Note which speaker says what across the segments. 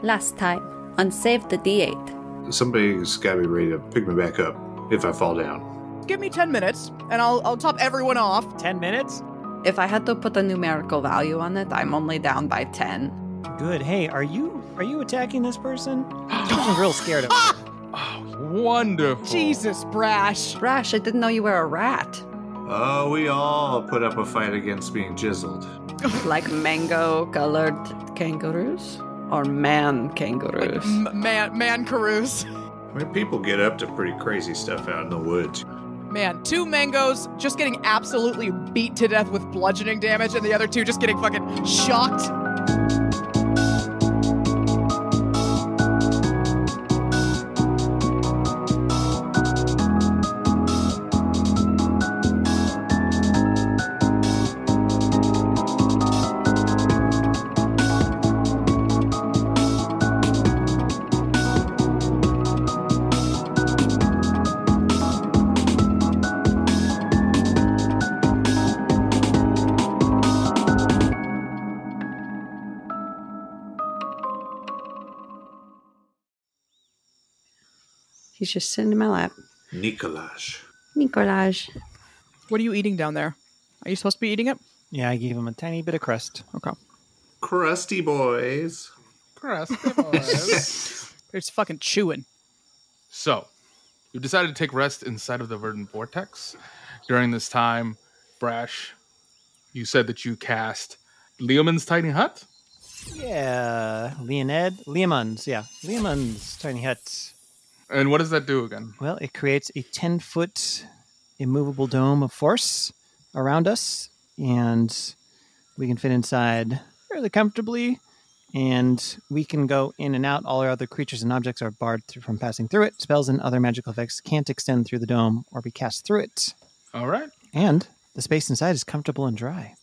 Speaker 1: Last time on Save the D8.
Speaker 2: Somebody's got to be ready to pick me back up if I fall down.
Speaker 3: Give me 10 minutes and I'll, I'll top everyone off.
Speaker 4: 10 minutes?
Speaker 1: If I had to put a numerical value on it, I'm only down by 10.
Speaker 4: Good. Hey, are you are you attacking this person? This person's real scared of me.
Speaker 5: Wonderful.
Speaker 3: Jesus, Brash.
Speaker 1: Brash, I didn't know you were a rat.
Speaker 2: Oh, we all put up a fight against being jizzled.
Speaker 1: Like mango colored kangaroos? Or man kangaroos?
Speaker 3: M- man, man, Carouse.
Speaker 2: I mean, people get up to pretty crazy stuff out in the woods.
Speaker 3: Man, two mangoes just getting absolutely beat to death with bludgeoning damage, and the other two just getting fucking shocked.
Speaker 1: He's just sitting in my lap.
Speaker 2: Nicolaj.
Speaker 1: Nicolaj.
Speaker 3: What are you eating down there? Are you supposed to be eating it?
Speaker 4: Yeah, I gave him a tiny bit of crust.
Speaker 3: Okay.
Speaker 2: Crusty boys.
Speaker 3: It's fucking chewing.
Speaker 5: So, you decided to take rest inside of the verdant vortex. During this time, Brash, you said that you cast Leoman's tiny hut.
Speaker 4: Yeah, Leoned, Leomund's, yeah, Leomund's tiny hut.
Speaker 5: And what does that do again?
Speaker 4: Well, it creates a ten foot immovable dome of force around us, and we can fit inside fairly comfortably. And we can go in and out. All our other creatures and objects are barred through, from passing through it. Spells and other magical effects can't extend through the dome or be cast through it.
Speaker 5: All right.
Speaker 4: And the space inside is comfortable and dry.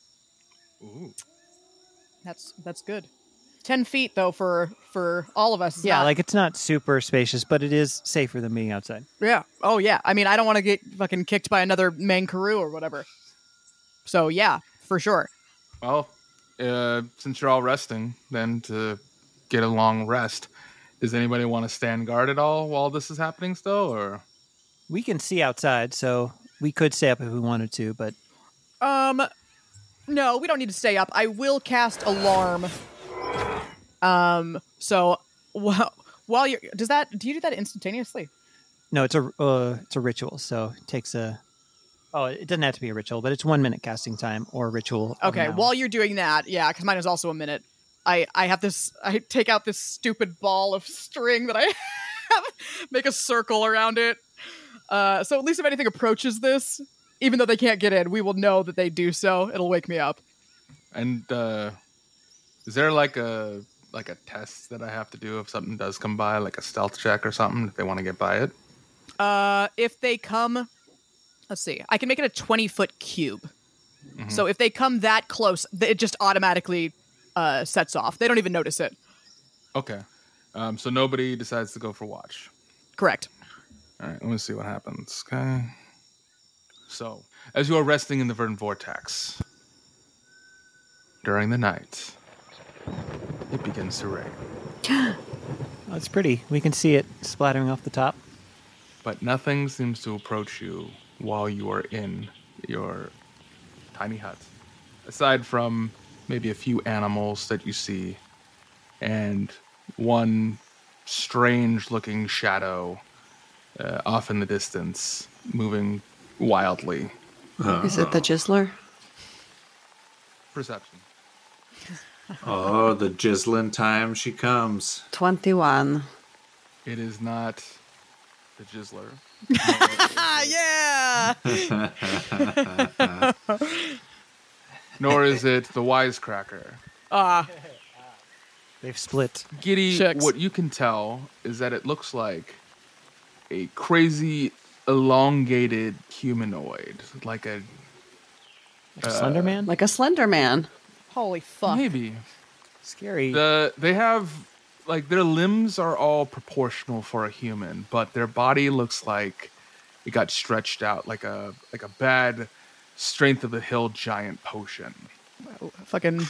Speaker 5: Ooh.
Speaker 3: That's that's good. Ten feet though for for all of us. is
Speaker 4: Yeah,
Speaker 3: not-
Speaker 4: like it's not super spacious, but it is safer than being outside.
Speaker 3: yeah. Oh yeah. I mean, I don't want to get fucking kicked by another mankaroo or whatever. So yeah, for sure.
Speaker 5: Well, uh, since you're all resting, then to get a long rest, does anybody want to stand guard at all while this is happening still? Or
Speaker 4: We can see outside, so we could stay up if we wanted to, but
Speaker 3: Um, no, we don't need to stay up. I will cast alarm. Um, so while while you're does that do you do that instantaneously?
Speaker 4: no, it's a uh, it's a ritual, so it takes a oh, it doesn't have to be a ritual, but it's one minute casting time or ritual. of
Speaker 3: Okay,
Speaker 4: an hour.
Speaker 3: while you're doing that, yeah, because mine is also a minute. I I have this. I take out this stupid ball of string that I have, make a circle around it. Uh, so at least if anything approaches this, even though they can't get in, we will know that they do so. It'll wake me up.
Speaker 5: and uh, is there like a like a test that I have to do if something does come by, like a stealth check or something, if they want to get by it?
Speaker 3: Uh, if they come, let's see. I can make it a twenty foot cube. So if they come that close, th- it just automatically uh, sets off. They don't even notice it.
Speaker 5: Okay. Um, so nobody decides to go for watch.
Speaker 3: Correct.
Speaker 5: All right, let me see what happens. Okay. So, as you are resting in the verdant vortex during the night, it begins to rain,
Speaker 4: Oh, it's pretty. We can see it splattering off the top.
Speaker 5: but nothing seems to approach you while you are in your tiny hut, aside from maybe a few animals that you see and one strange looking shadow uh, off in the distance moving wildly.
Speaker 1: Is it the Jizzler?
Speaker 5: Perception.
Speaker 2: Oh, the jizzling time she comes.
Speaker 1: 21.
Speaker 5: It is not the Jizzler.
Speaker 3: Ah, yeah.
Speaker 5: Nor is it the Wisecracker.
Speaker 3: Ah,
Speaker 4: They've split.
Speaker 5: Giddy,
Speaker 3: Chicks.
Speaker 5: what you can tell is that it looks like a crazy elongated humanoid, like a
Speaker 4: Like Slender Man?
Speaker 1: Like a Slender Man.
Speaker 3: Holy fuck.
Speaker 5: maybe.
Speaker 4: Scary.
Speaker 5: The they have like their limbs are all proportional for a human, but their body looks like it got stretched out like a like a bad strength of the hill giant potion.
Speaker 3: Fucking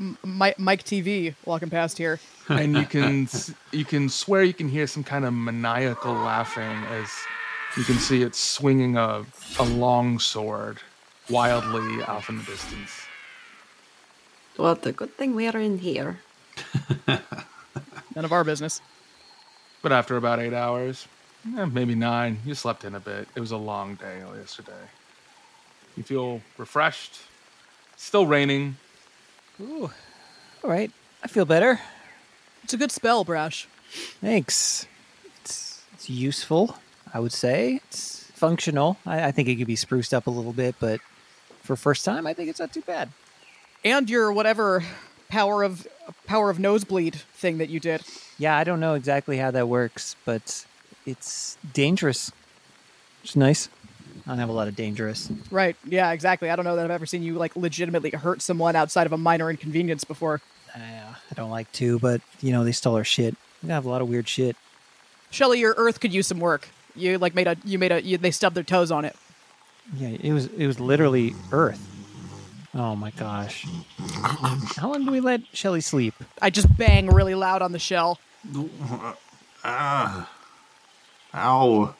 Speaker 3: M- Mike Mike TV walking past here.
Speaker 5: and you can s- you can swear you can hear some kind of maniacal laughing as you can see it swinging a a long sword wildly off in the distance.
Speaker 1: What a good thing we are in here.
Speaker 3: None of our business.
Speaker 5: But after about eight hours, eh, maybe nine, you slept in a bit. It was a long day yesterday. You feel refreshed. Still raining.
Speaker 4: Ooh. All right. I feel better.
Speaker 3: It's a good spell, Brash.
Speaker 4: Thanks. It's, it's useful, I would say. It's functional. I, I think it could be spruced up a little bit, but for first time, I think it's not too bad.
Speaker 3: And your whatever power of power of nosebleed thing that you did.
Speaker 4: Yeah, I don't know exactly how that works, but it's dangerous. It's nice. I don't have a lot of dangerous.
Speaker 3: Right. Yeah, exactly. I don't know that I've ever seen you like legitimately hurt someone outside of a minor inconvenience before.
Speaker 4: Uh, I don't like to, but you know they stole our shit. We have a lot of weird shit.
Speaker 3: Shelly, your earth could use some work. You like made a you made a you, they stubbed their toes on it.
Speaker 4: Yeah, it was it was literally Earth. Oh my gosh! How long do we let Shelly sleep?
Speaker 3: I just bang really loud on the shell.
Speaker 2: Ah. Ow.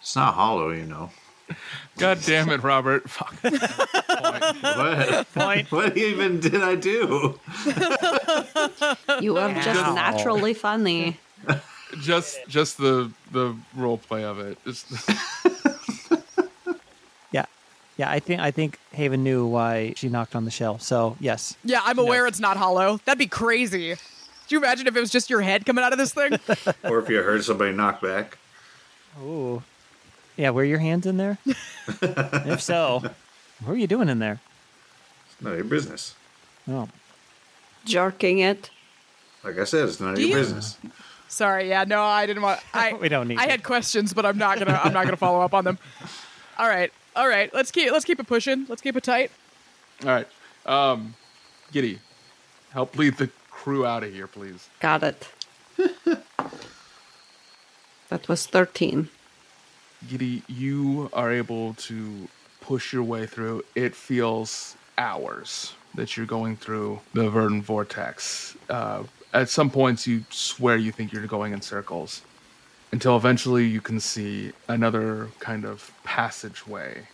Speaker 2: It's not hollow, you know.
Speaker 5: God damn it, Robert. Fuck.
Speaker 2: What? what even did I do?
Speaker 1: You are just
Speaker 2: Ow.
Speaker 1: naturally funny.
Speaker 5: Just just the the role play of it. Just
Speaker 4: Yeah, yeah. I think I think Haven knew why she knocked on the shell. So yes,
Speaker 3: Yeah, I'm aware it's not hollow. That'd be crazy. Do you imagine if it was just your head coming out of this thing?
Speaker 2: Or if you heard somebody knock back.
Speaker 4: Ooh. Yeah, were your hands in there? if so, what were you doing in there?
Speaker 2: None of your business.
Speaker 4: Oh.
Speaker 1: Jerking it.
Speaker 2: Like I said, it's none of
Speaker 3: Do
Speaker 2: your
Speaker 3: you-
Speaker 2: business.
Speaker 3: Sorry, yeah, no, I didn't want. I
Speaker 4: We don't need
Speaker 3: I
Speaker 4: to.
Speaker 3: had questions, but I'm not gonna. I'm not gonna follow up on them. All right, all right. Let's keep. Let's keep it pushing. Let's keep it tight.
Speaker 5: All right. Um, Giddy, help lead the crew out of here, please.
Speaker 1: Got it. that was 13.
Speaker 5: Giddy, you are able to push your way through. It feels hours that you're going through the verdant vortex. Uh, at some points, you swear you think you're going in circles until eventually you can see another kind of passageway,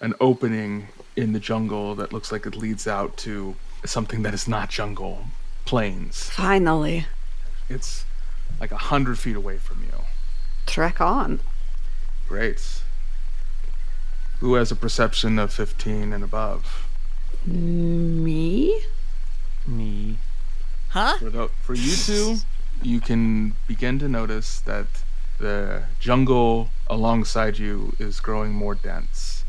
Speaker 5: an opening in the jungle that looks like it leads out to something that is not jungle, plains.
Speaker 1: Finally.
Speaker 5: It's like a hundred feet away from you.
Speaker 1: Trek on.
Speaker 5: Great. Who has a perception of fifteen and above?
Speaker 1: Me?
Speaker 4: Me.
Speaker 5: For tho- for you two, you can begin to notice that the jungle alongside you is growing more dense,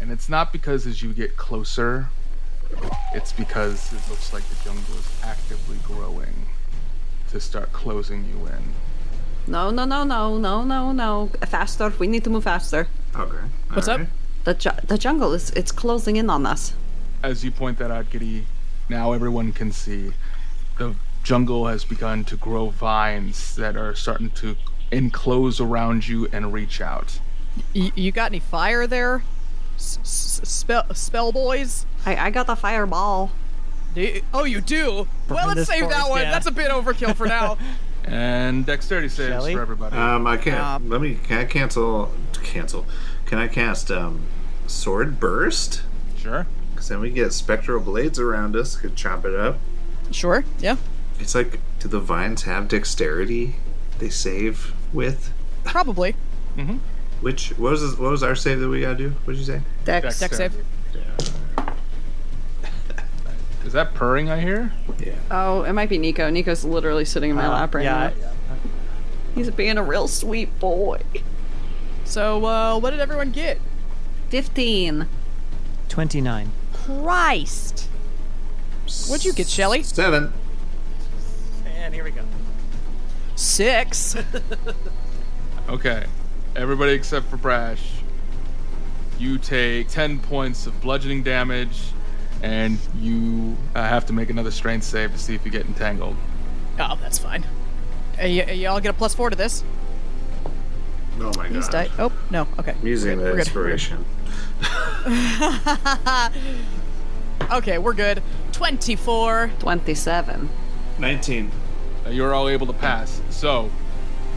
Speaker 5: and it's not because as you get closer, it's because it looks like the jungle is actively growing to start closing you in.
Speaker 1: No, no, no, no, no, no, no. Faster. We need to move faster.
Speaker 2: Okay.
Speaker 3: What's up?
Speaker 1: The, ju- the jungle is it's closing in on us.
Speaker 5: as you point that out, Giddy, now everyone can see the jungle has begun to grow vines that are starting to enclose around you and reach out.
Speaker 3: Y- you got any fire there? S- s- spell spell boys.
Speaker 1: I, I got a fireball.
Speaker 3: Do you- oh, you do. well, let's
Speaker 4: this
Speaker 3: save that
Speaker 4: forest,
Speaker 3: one.
Speaker 4: yeah.
Speaker 3: That's a bit overkill for now.
Speaker 5: And dexterity saves
Speaker 4: Shall we?
Speaker 5: for everybody.
Speaker 2: Um, I can't.
Speaker 3: Uh,
Speaker 2: let me. Can I cancel? Cancel. Can I cast um, sword burst?
Speaker 5: sure.
Speaker 2: Because then we get spectral blades around us. Could chop it up.
Speaker 3: sure. Yeah.
Speaker 2: It's like, do the vines have dexterity? They save with
Speaker 3: Probably.
Speaker 2: which? What was this, what was our save that we gotta do? What'd you say?
Speaker 1: Dex.
Speaker 3: Dex save.
Speaker 5: Is that purring I hear?
Speaker 1: Oh, it might be Nico. Nico's literally sitting in my lap right
Speaker 4: yeah,
Speaker 1: now. He's being a real sweet boy.
Speaker 3: So, uh, what did everyone get?
Speaker 1: 15.
Speaker 4: 29.
Speaker 3: Christ. What'd you get, Shelly?
Speaker 2: Seven.
Speaker 4: And here we go.
Speaker 3: Six.
Speaker 5: Okay. Everybody except for Brash, you take 10 points of bludgeoning damage, and you uh, have to make another strength save to see if you get entangled.
Speaker 3: Oh, that's fine. Uh, y- uh, y'all get a plus four to this.
Speaker 2: Oh my
Speaker 3: These
Speaker 2: god.
Speaker 3: die. Oh no. Okay.
Speaker 2: I'm using
Speaker 3: We're
Speaker 2: the
Speaker 3: good.
Speaker 2: inspiration.
Speaker 3: Okay, we're good. Twenty-four.
Speaker 1: 27.
Speaker 2: 19.
Speaker 5: Uh, you're all able to pass. So,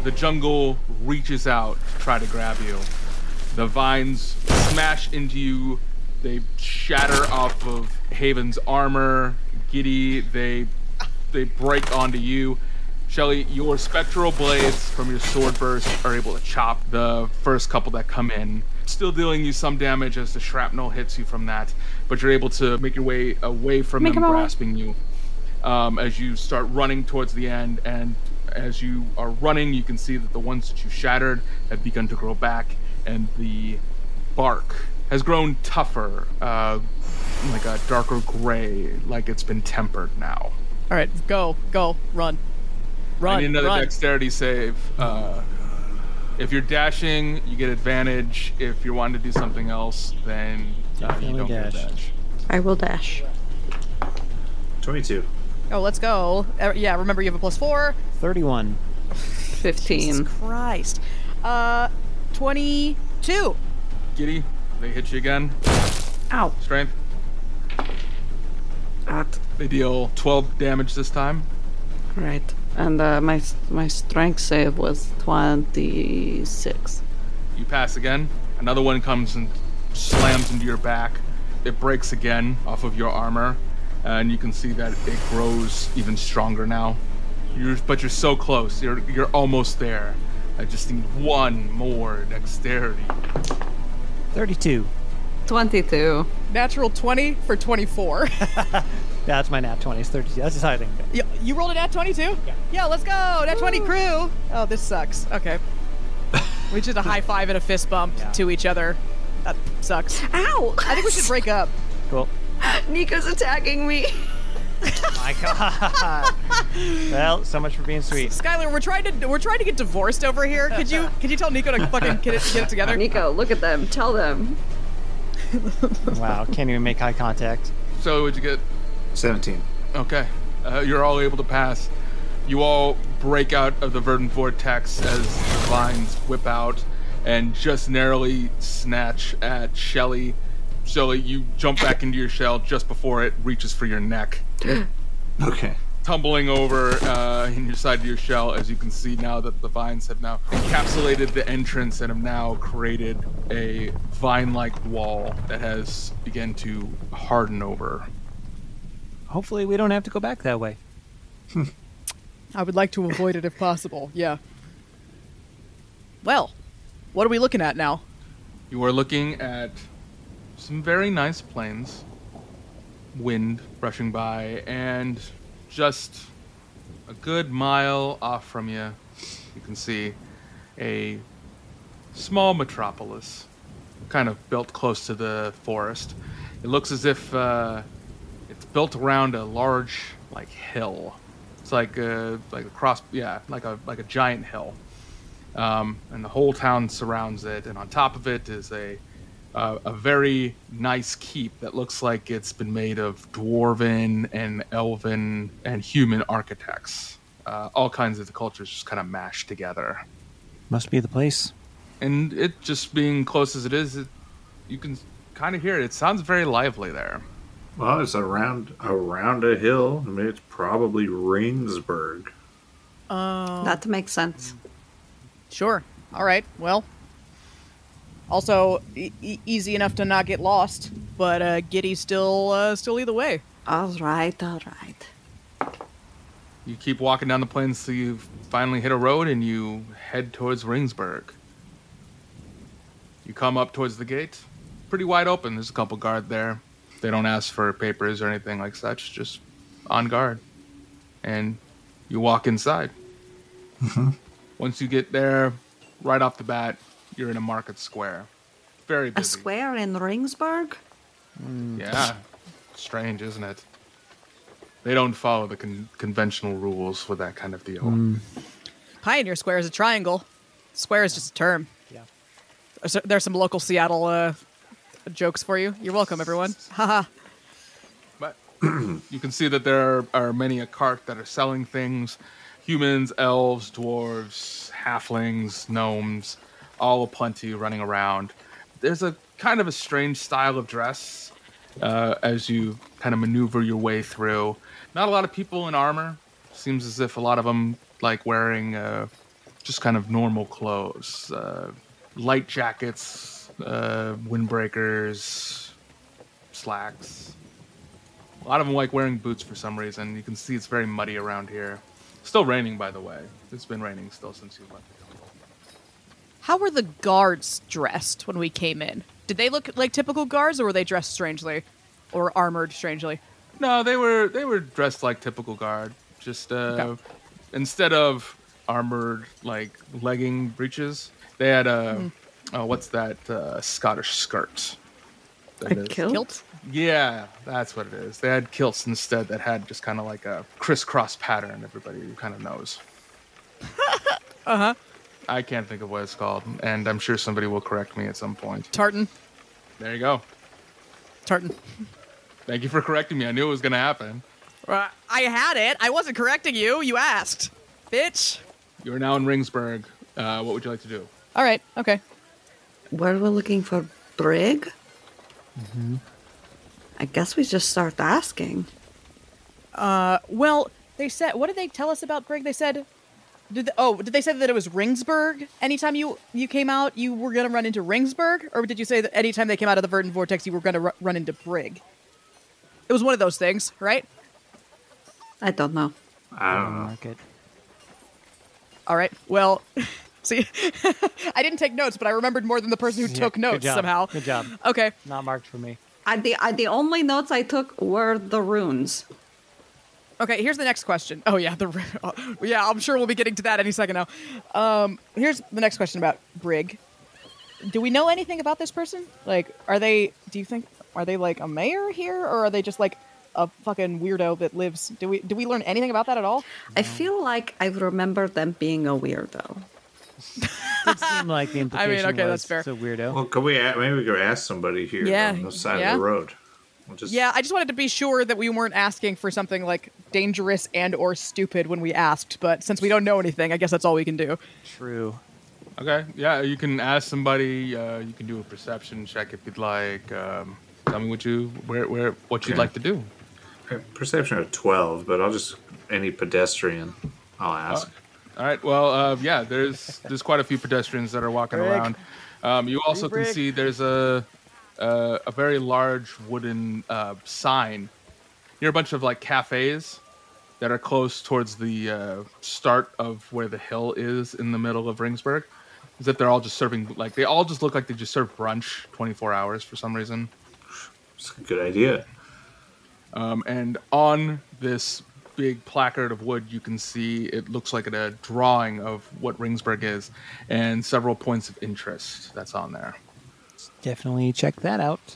Speaker 5: the jungle reaches out to try to grab you. The vines smash into you. They shatter off of Haven's armor. Giddy, they they break onto you. Shelly, your spectral blades from your sword burst are able to chop the first couple that come in, still dealing you some damage as the shrapnel hits you from that. But you're able to make your way away from
Speaker 1: Make
Speaker 5: them
Speaker 1: him away.
Speaker 5: grasping you um, as you start running towards the end. And as you are running, you can see that the ones that you shattered have begun to grow back, and the bark has grown tougher, uh, like a darker gray, like it's been tempered now.
Speaker 3: All right, go, go, run, run,
Speaker 5: I need another
Speaker 3: run.
Speaker 5: dexterity save. Uh, if you're dashing, you get advantage. If you're wanting to do something else, then uh, you
Speaker 4: Definitely
Speaker 5: don't get
Speaker 4: dash.
Speaker 5: a dash.
Speaker 6: I will dash.
Speaker 2: 22.
Speaker 3: Oh, let's go. Uh, yeah, remember you have a plus four.
Speaker 4: 31.
Speaker 6: Mm.
Speaker 1: 15.
Speaker 3: Christ. Uh, twenty-two.
Speaker 5: Giddy, they hit you again.
Speaker 1: Ow.
Speaker 5: Strength.
Speaker 1: At.
Speaker 5: They deal 12 damage this time.
Speaker 1: Right.
Speaker 6: And uh, my my strength save was 26.
Speaker 5: You pass again. Another one comes and slams into your back. It breaks again off of your armor, and you can see that it grows even stronger now. You're, but you're so close. You're you're almost there. I just need one more dexterity.
Speaker 4: 32.
Speaker 1: 22.
Speaker 3: Natural twenty for twenty-four.
Speaker 4: That's my nap 20. It's 32. That's exciting.
Speaker 3: you, you rolled a nat twenty-two. Yeah. Yeah, let's go. Nat twenty crew. Oh, this sucks. Okay. we did a high five and a fist bump to each other. That sucks.
Speaker 6: Ow!
Speaker 3: I think we should break up.
Speaker 4: Cool.
Speaker 6: Nico's attacking me.
Speaker 4: My God. well, so much for being sweet.
Speaker 3: Skylar, we're trying to we're trying to get divorced over here. Could you could you tell Nico to fucking get it get it together?
Speaker 6: Nico, look at them. Tell them.
Speaker 4: Wow, can't even make eye contact.
Speaker 5: So would you get?
Speaker 2: 17.
Speaker 5: Okay, uh, you're all able to pass. You all break out of the verdant vortex as the vines whip out and just narrowly snatch at Shelly. Shelly, you jump back into your shell just before it reaches for your neck.
Speaker 2: Okay.
Speaker 5: tumbling over uh, in your side of your shell, as you can see now that the vines have now encapsulated the entrance and have now created a vine-like wall that has begun to harden over.
Speaker 4: Hopefully, we don't have to go back that way.
Speaker 3: I would like to avoid it if possible. Yeah. Well, what are we looking at now?
Speaker 5: You are looking at some very nice plains, wind rushing by, and just a good mile off from you, you can see a small metropolis, kind of built close to the forest. It looks as if uh, it's built around a large, like hill. It's like a like a cross, yeah, like a like a giant hill um, and the whole town surrounds it. And on top of it is a uh, a very nice keep that looks like it's been made of dwarven and elven and human architects. Uh, all kinds of the cultures just kind of mashed together.
Speaker 4: Must be the place.
Speaker 5: And it just being close as it is, it, you can kind of hear it. It sounds very lively there.
Speaker 2: Well, it's around around a hill. I mean, it's probably Ringsburg.
Speaker 1: That makes sense.
Speaker 3: Sure. All right. Well. Also, e- e- easy enough to not get lost, but uh, Giddy's still uh, still either way.
Speaker 1: All right, all right.
Speaker 5: You keep walking down the plains till you finally hit a road and you head towards Ringsburg. You come up towards the gate, pretty wide open. There's a couple guard there. They don't ask for papers or anything like such, just on guard. And you walk inside. Once you get there, right off the bat, you're in a market square. Very busy.
Speaker 1: A square in Ringsburg?
Speaker 5: Yeah. Strange, isn't it? They don't follow the con- conventional rules with that kind of deal.
Speaker 3: Pioneer Square is a triangle. Square is just a term. Yeah. There's, there's some local Seattle uh, jokes for you. You're welcome, everyone. Haha.
Speaker 5: But you can see that there are, are many a cart that are selling things humans, elves, dwarves, halflings, gnomes, all aplenty running around. There's a kind of a strange style of dress uh, as you kind of maneuver your way through. Not a lot of people in armor. Seems as if a lot of them like wearing uh, just kind of normal clothes, uh, light jackets, uh, windbreakers, slacks. A lot of them like wearing boots for some reason. You can see it's very muddy around here. Still raining, by the way. It's been raining still since you left.
Speaker 3: How were the guards dressed when we came in? Did they look like typical guards, or were they dressed strangely, or armored strangely?
Speaker 5: No, they were they were dressed like typical guard. Just uh,
Speaker 3: Okay.
Speaker 5: instead of armored like legging breeches, they had a uh, what's that uh, Scottish skirt? That
Speaker 6: A
Speaker 5: is-
Speaker 6: kilt?
Speaker 3: Kilt.
Speaker 5: Yeah, that's what it is. They had kilts instead that had just kind of like a crisscross pattern. Everybody kind of knows. uh
Speaker 3: Uh-huh.
Speaker 5: I can't think of what it's called, and I'm sure somebody will correct me at some point.
Speaker 3: Tartan.
Speaker 5: There you go.
Speaker 3: Tartan.
Speaker 5: Thank you for correcting me. I knew it was going to happen.
Speaker 3: Uh, I had it. I wasn't correcting you. You asked, bitch.
Speaker 5: You are now in Ringsburg. Uh, what would you like to do?
Speaker 3: All right. Okay.
Speaker 6: Where we're looking for Brig? I guess we just start asking.
Speaker 3: Well, they said. What did they tell us about Brig? They said. Did they, oh, did they say that it was Ringsburg? Anytime you you came out, you were gonna run into Ringsburg, or did you say that anytime they came out of the Verdant Vortex, you were gonna ru- run into Brig? It was one of those things, right?
Speaker 6: I don't know.
Speaker 2: I don't
Speaker 1: Ah.
Speaker 2: know.
Speaker 4: Market.
Speaker 3: All right. Well, see, I didn't take notes, but I remembered more than the person who
Speaker 4: Yeah,
Speaker 3: took
Speaker 4: good
Speaker 3: notes
Speaker 4: job,
Speaker 3: somehow.
Speaker 4: Good job.
Speaker 3: Okay.
Speaker 4: Not marked for me.
Speaker 6: I, the I, the only notes I took were the runes.
Speaker 3: Okay, here's the next question. Oh yeah, the oh, yeah, I'm sure we'll be getting to that any second now. Um, here's the next question about Brig. Do we know anything about this person? Like, are they? Do you think are they like a mayor here, or are they just like a fucking weirdo that lives? Do we do we learn anything about that at all?
Speaker 6: I feel like I remember them being a weirdo.
Speaker 4: It seemed like the implication
Speaker 3: okay,
Speaker 4: was
Speaker 3: that's fair.
Speaker 4: it's a weirdo.
Speaker 2: Well, could we a maybe we could ask somebody here
Speaker 3: Yeah,
Speaker 2: on the side
Speaker 3: yeah.
Speaker 2: of the road? We'll just,
Speaker 3: Yeah, I just wanted to be sure that we weren't asking for something like dangerous and or stupid when we asked. But since we don't know anything, I guess that's all we can do.
Speaker 4: True.
Speaker 5: Okay, yeah, you can ask somebody. Uh, you can do a perception check if you'd like. Um, tell me what you where where what you'd
Speaker 2: Okay.
Speaker 5: like to do.
Speaker 2: Perception of twelve, but I'll just any pedestrian. I'll ask.
Speaker 5: All right. Well, uh, yeah. There's there's quite a few pedestrians that are walking
Speaker 4: Brick.
Speaker 5: around. Um, you also can
Speaker 4: brick.
Speaker 5: see there's a a, a very large wooden uh, sign near a bunch of like cafes that are close towards the uh, start of where the hill is in the middle of Ringsburg. Is that they're all just serving like they all just look like they just serve brunch 24 hours for some reason.
Speaker 2: It's a good idea.
Speaker 5: Um, and on this big placard of wood, you can see it looks like a drawing of what Ringsburg is and several points of interest that's on there.
Speaker 4: Definitely check that out.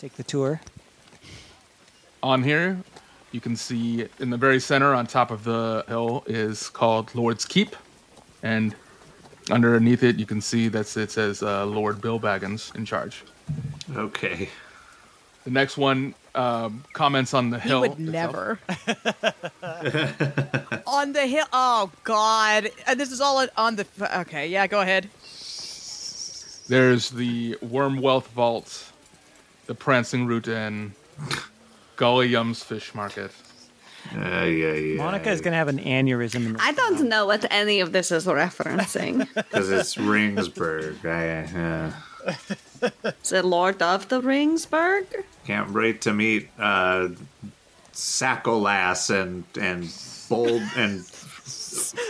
Speaker 4: Take the tour.
Speaker 5: On here, you can see in the very center on top of the hill is called Lord's Keep. And underneath it, you can see that's it says uh, Lord Bill Baggins in charge.
Speaker 2: Okay.
Speaker 5: The next one um, comments on the
Speaker 3: He
Speaker 5: hill.
Speaker 3: would
Speaker 5: itself.
Speaker 3: never. on the hill. Oh God! Uh, This is all on- on the. Okay, yeah, go ahead.
Speaker 5: There's the Worm Wealth Vault, the Prancing Root Inn, Gully Yum's Fish Market.
Speaker 2: Uh, yeah, yeah.
Speaker 4: Monica is going to have an aneurysm. In the-
Speaker 6: I don't know what any of this is referencing.
Speaker 2: because it's Ringsburg. I uh,
Speaker 6: the Lord of the Ringsburg?
Speaker 2: can't wait to meet uh, Sacolass and and Bold and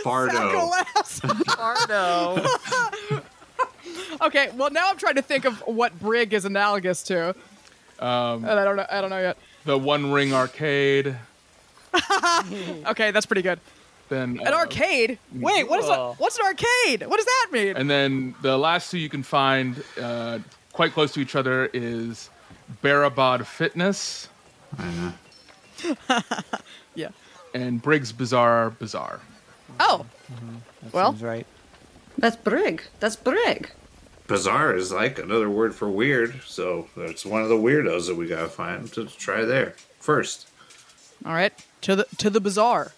Speaker 2: Fardo.
Speaker 3: Saccolas. okay, well now I'm trying to think of what brig is analogous to, um, and I don't know. I don't know yet.
Speaker 5: The One Ring Arcade.
Speaker 3: Okay, that's pretty good.
Speaker 5: Then
Speaker 3: An
Speaker 5: uh,
Speaker 3: arcade. Wait, what is a,
Speaker 4: Whoa.
Speaker 3: what's an arcade? What does that mean?
Speaker 5: And then the last two you can find uh, quite close to each other is Barabod Fitness
Speaker 3: Yeah.
Speaker 5: and Briggs Bazaar Bazaar.
Speaker 3: Oh,
Speaker 4: That
Speaker 3: Well.
Speaker 4: seems right.
Speaker 6: That's brig. That's brig.
Speaker 2: Bizarre is like another word for weird, so that's one of the weirdos that we gotta find to try there first.
Speaker 3: all right. To the to the bazaar.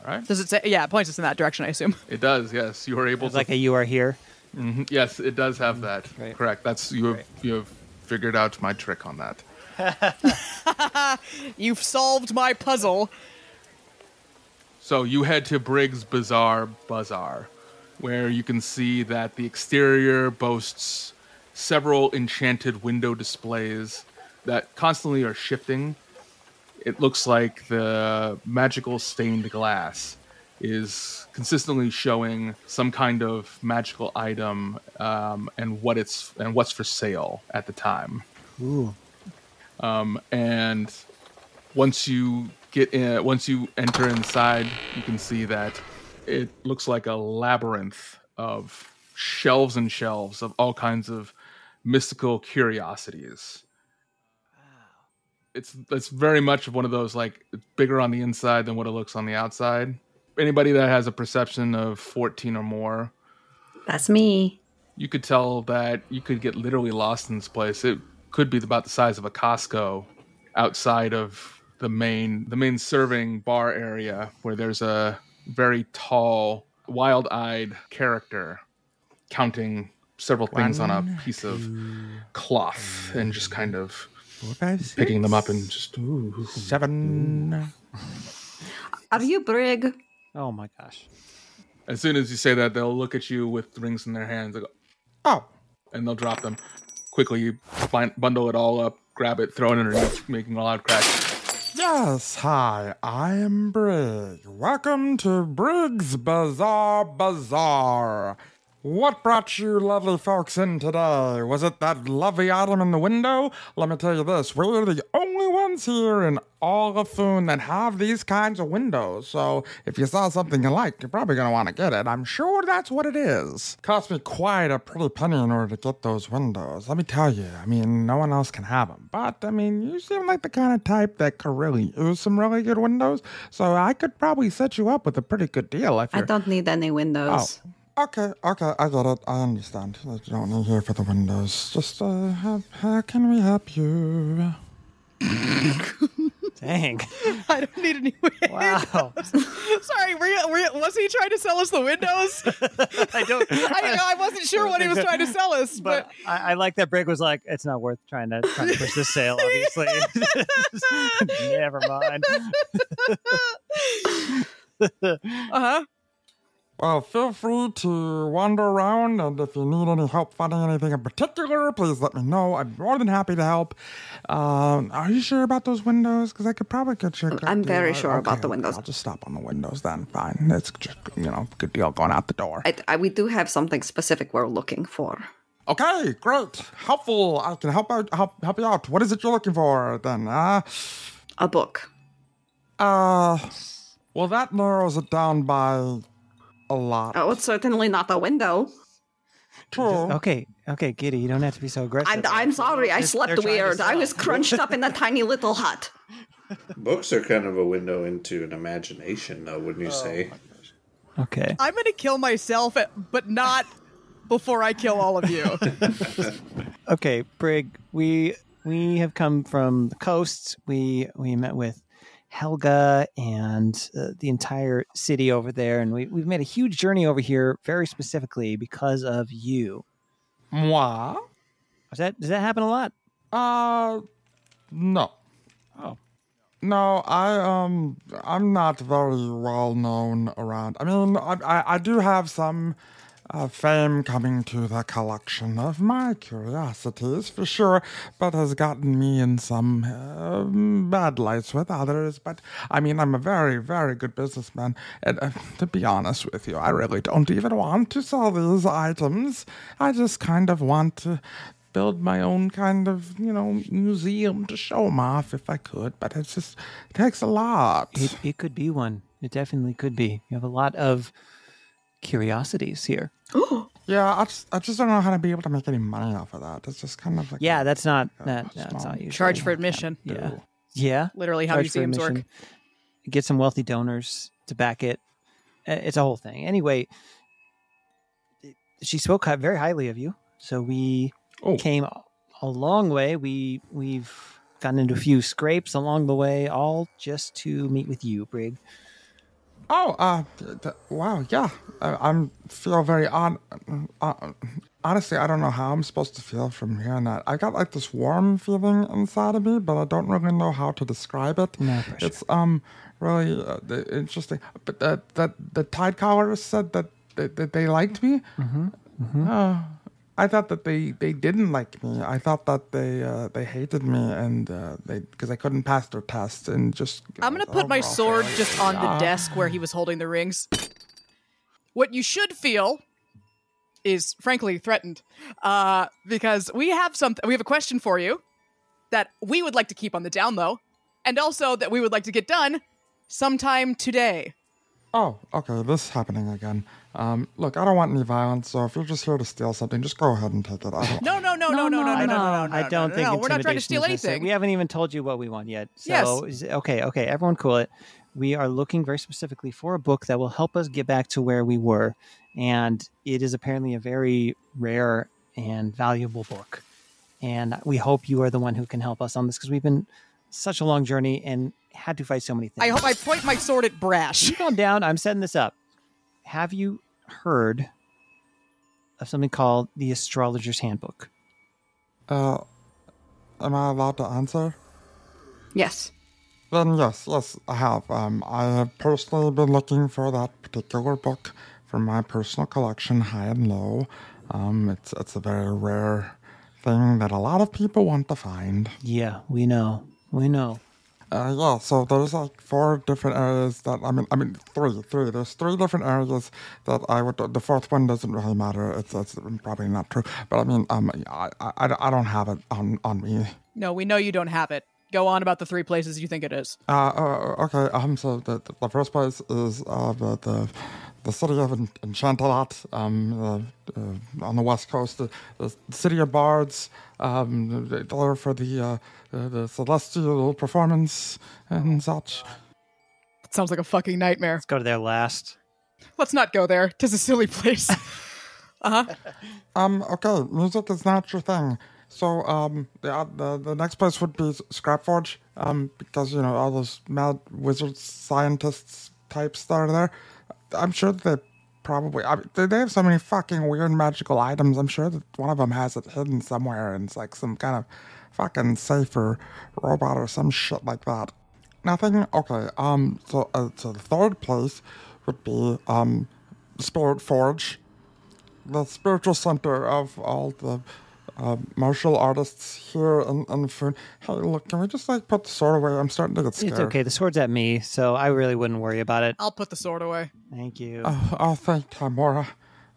Speaker 5: All right.
Speaker 3: Does it say? Yeah, it points us in that direction. I assume.
Speaker 5: It does. Yes, you are able
Speaker 4: It's
Speaker 5: to.
Speaker 4: like a you are here.
Speaker 5: Mhm, yes, it does have that.
Speaker 4: Right.
Speaker 5: Correct. That's you have
Speaker 4: Right.
Speaker 5: you have figured out my trick on that.
Speaker 3: You've solved my puzzle.
Speaker 5: So you head to Briggs Bazaar Bazaar, where you can see that the exterior boasts several enchanted window displays that constantly are shifting. It looks like the magical stained glass is consistently showing some kind of magical item um, and what it's and what's for sale at the time Um,
Speaker 4: Ooh.
Speaker 5: and once you get in, once you enter inside, you can see that it looks like a labyrinth of shelves and shelves of all kinds of mystical curiosities. It's it's very much one of those like it's bigger on the inside than what it looks on the outside. Anybody that has a perception of 14 or more,
Speaker 6: That's me.
Speaker 5: you could tell that you could get literally lost in this place. It could be about the size of a Costco outside of the main the main serving bar area where there's a very tall, wild-eyed character counting several things on a piece of cloth and just kind of picking them up and just
Speaker 7: Seven.
Speaker 6: Are you brig?
Speaker 4: Oh my gosh.
Speaker 5: as soon as you say that they'll look at you with rings in their hands they go,
Speaker 7: Oh,
Speaker 5: and they'll drop them quickly you bind, bundle it all up grab it throw it underneath making a loud crash
Speaker 7: yes. Hi, I am Brig. Welcome to Brig's Bazaar Bazaar. What brought you lovely folks in today? Was it that lovely item in the window? Let me tell you this we're the only ones here in all of Foon that have these kinds of windows. So if you saw something you liked, you're probably going to want to get it. I'm sure that's what it is. Cost me quite a pretty penny in order to get those windows. Let me tell you, I mean, no one else can have them. But, I mean, you seem like the kind of type that could really use some really good windows. So I could probably set you up with a pretty good deal if
Speaker 6: I
Speaker 7: you're.
Speaker 6: don't need any windows.
Speaker 7: Oh. Okay, okay, I get it. I understand. You don't need here for the windows. Just, uh, how, how can we help you?
Speaker 4: Dang.
Speaker 3: I don't need any. Win-
Speaker 4: Wow.
Speaker 3: Sorry, were you, were you- was he trying to sell us the windows?
Speaker 4: I don't.
Speaker 3: I, I wasn't sure what he was trying to sell us, but,
Speaker 4: But I, I like that Brig was like, it's not worth trying to, trying to push this sale, obviously. Never mind.
Speaker 3: uh huh.
Speaker 7: Well, Uh, feel free to wander around, and if you need any help finding anything in particular, please let me know. I'm more than happy to help. Um, are you sure about those windows? Because I could probably get you. A good
Speaker 6: I'm very
Speaker 7: deal.
Speaker 6: sure about the
Speaker 7: okay,
Speaker 6: windows.
Speaker 7: I'll just stop on the windows then. Fine. It's just you know good deal going out the door.
Speaker 6: I, I, we do have something specific we're looking for.
Speaker 7: Okay, great, helpful. I can help out. Help, help you out. What is it you're looking for then? Uh,
Speaker 6: A book.
Speaker 7: uh. Well, that narrows it down by a lot.
Speaker 6: Oh, it's certainly not a window.
Speaker 7: True.
Speaker 4: Okay, okay, Giddy, you don't have to be so
Speaker 6: I'm,
Speaker 4: aggressive.
Speaker 6: I'm sorry, I
Speaker 4: They're- they're
Speaker 6: slept
Speaker 4: trying to
Speaker 6: weird. I
Speaker 4: sell.
Speaker 6: was crunched up in a tiny little hut.
Speaker 2: Books are kind of a window into an imagination, though, wouldn't you say?
Speaker 4: Okay.
Speaker 3: I'm gonna kill myself, but not before I kill all of you.
Speaker 4: Okay, Brig, we we have come from the coast. We we met with Helga and uh, the entire city over there, and we, we've made a huge journey over here, very specifically because of you.
Speaker 7: Moi.
Speaker 4: Does that does that happen a lot?
Speaker 7: Uh, no.
Speaker 4: Oh.
Speaker 7: No, I um, I'm not very well known around. I mean, I I, I do have some uh, fame coming to the collection of my curiosities for sure, but has gotten me in some um bad lights with others. But I mean, I'm a very very good businessman, and uh, to be honest with you, I really don't even want to sell these items. I just kind of want to build my own kind of you know museum to show them off if I could, but it's just it takes a lot.
Speaker 4: It it could be one. It definitely could be. You have a lot of curiosities here.
Speaker 7: yeah, I just I just don't know how to be able to make any money off of that. It's just kind of like
Speaker 4: Yeah, that's not that,
Speaker 7: Small.
Speaker 4: that's not usually
Speaker 3: Charge for admission.
Speaker 4: Yeah. Yeah.
Speaker 3: Literally, how do
Speaker 4: Charge
Speaker 3: you see
Speaker 4: for
Speaker 3: him, Zork?
Speaker 4: admission. Get some wealthy donors to back it. Uh, It's a whole thing. Anyway, it- she spoke hi- very highly of you, so we
Speaker 5: Oh,
Speaker 4: came a- a long way. We we've gotten into a few scrapes along the way, all just to meet with you, Brig.
Speaker 7: Oh, uh, th- th- wow, yeah. I, I'm feel very on. Uh, honestly, I don't know how I'm supposed to feel from hearing that. I got like this warm feeling inside of me, but I don't really know how to describe it.
Speaker 4: No pressure.
Speaker 7: It's um really uh, th- interesting. But the the, the tide collar said that they, that they liked me. Mm-hmm. Uh, I thought that they, they didn't like me. I thought that they uh, they hated me and uh, they because I couldn't pass their test and just. uh,
Speaker 3: I'm gonna put my
Speaker 7: overall
Speaker 3: sword
Speaker 7: failure.
Speaker 3: just on the
Speaker 7: Ah.
Speaker 3: desk where he was holding the rings. What you should feel is, frankly, threatened, uh, because we have something. We have a question for you that we would like to keep on the down low, and also that we would like to get done sometime today.
Speaker 7: Oh, okay, this is happening again. Um, look, I don't want any violence, so if you're just here to steal something, just go ahead and take it. I don't.
Speaker 3: No, no, no, no, no, no, no, no, no. no,
Speaker 4: I don't
Speaker 3: no,
Speaker 4: think
Speaker 3: no,
Speaker 4: intimidation
Speaker 3: we're not trying to
Speaker 4: is
Speaker 3: steal
Speaker 4: necessary.
Speaker 3: anything.
Speaker 4: We haven't even told you what we want yet. So,
Speaker 3: Yes.
Speaker 4: is- okay, okay, everyone cool it. We are looking very specifically for a book that will help us get back to where we were, and it is apparently a very rare and valuable book. And we hope you are the one who can help us on this because we've been such a long journey and had to fight so many things.
Speaker 3: I hope I point my sword at Brash.
Speaker 4: You calm down. I'm setting this up. Have you heard of something called the Astrologer's Handbook?
Speaker 7: Uh, am I allowed to answer?
Speaker 1: Yes.
Speaker 7: Then yes, yes, I have. Um, I have personally been looking for that particular book from my personal collection, High and Low. Um, it's it's a very rare thing that a lot of people want to find.
Speaker 4: Yeah, we know. We know.
Speaker 7: Uh, yeah, so there's like four different areas that I mean, I mean three, three. There's three different areas that I would. The fourth one doesn't really matter. It's, it's probably not true, but I mean, um, I, I, I don't have it on on me.
Speaker 3: No, we know you don't have it. Go on about the three places you think it is.
Speaker 7: Uh, uh okay. Um, so the the first place is uh the the, the city of En- Enchantalat, um, uh, uh, on the west coast. The, the city of bards, um, they- they're for the uh the, the celestial performance and such.
Speaker 3: That sounds like a fucking nightmare.
Speaker 4: Let's go to their last.
Speaker 3: Let's not go there. Tis a silly place.
Speaker 7: Um, okay, music is not your thing. So, um, the, uh, the, the next place would be Scrapforge, um, because, you know, all those mad wizards, scientists types that are there. I'm sure that they probably, I mean, they, they have so many fucking weird magical items. I'm sure that one of them has it hidden somewhere and it's like some kind of fucking safer robot or some shit like that. Nothing? Okay, um, so, uh, so the third place would be, um, Spirit Forge the spiritual center of all the uh, martial artists here in, in Foon. Hey, look, can we just like put the sword away? I'm starting to get scared.
Speaker 4: It's okay. The sword's at me, so I really wouldn't worry about it.
Speaker 3: I'll put the sword away.
Speaker 4: Thank you.
Speaker 7: Oh, oh thank Tamora.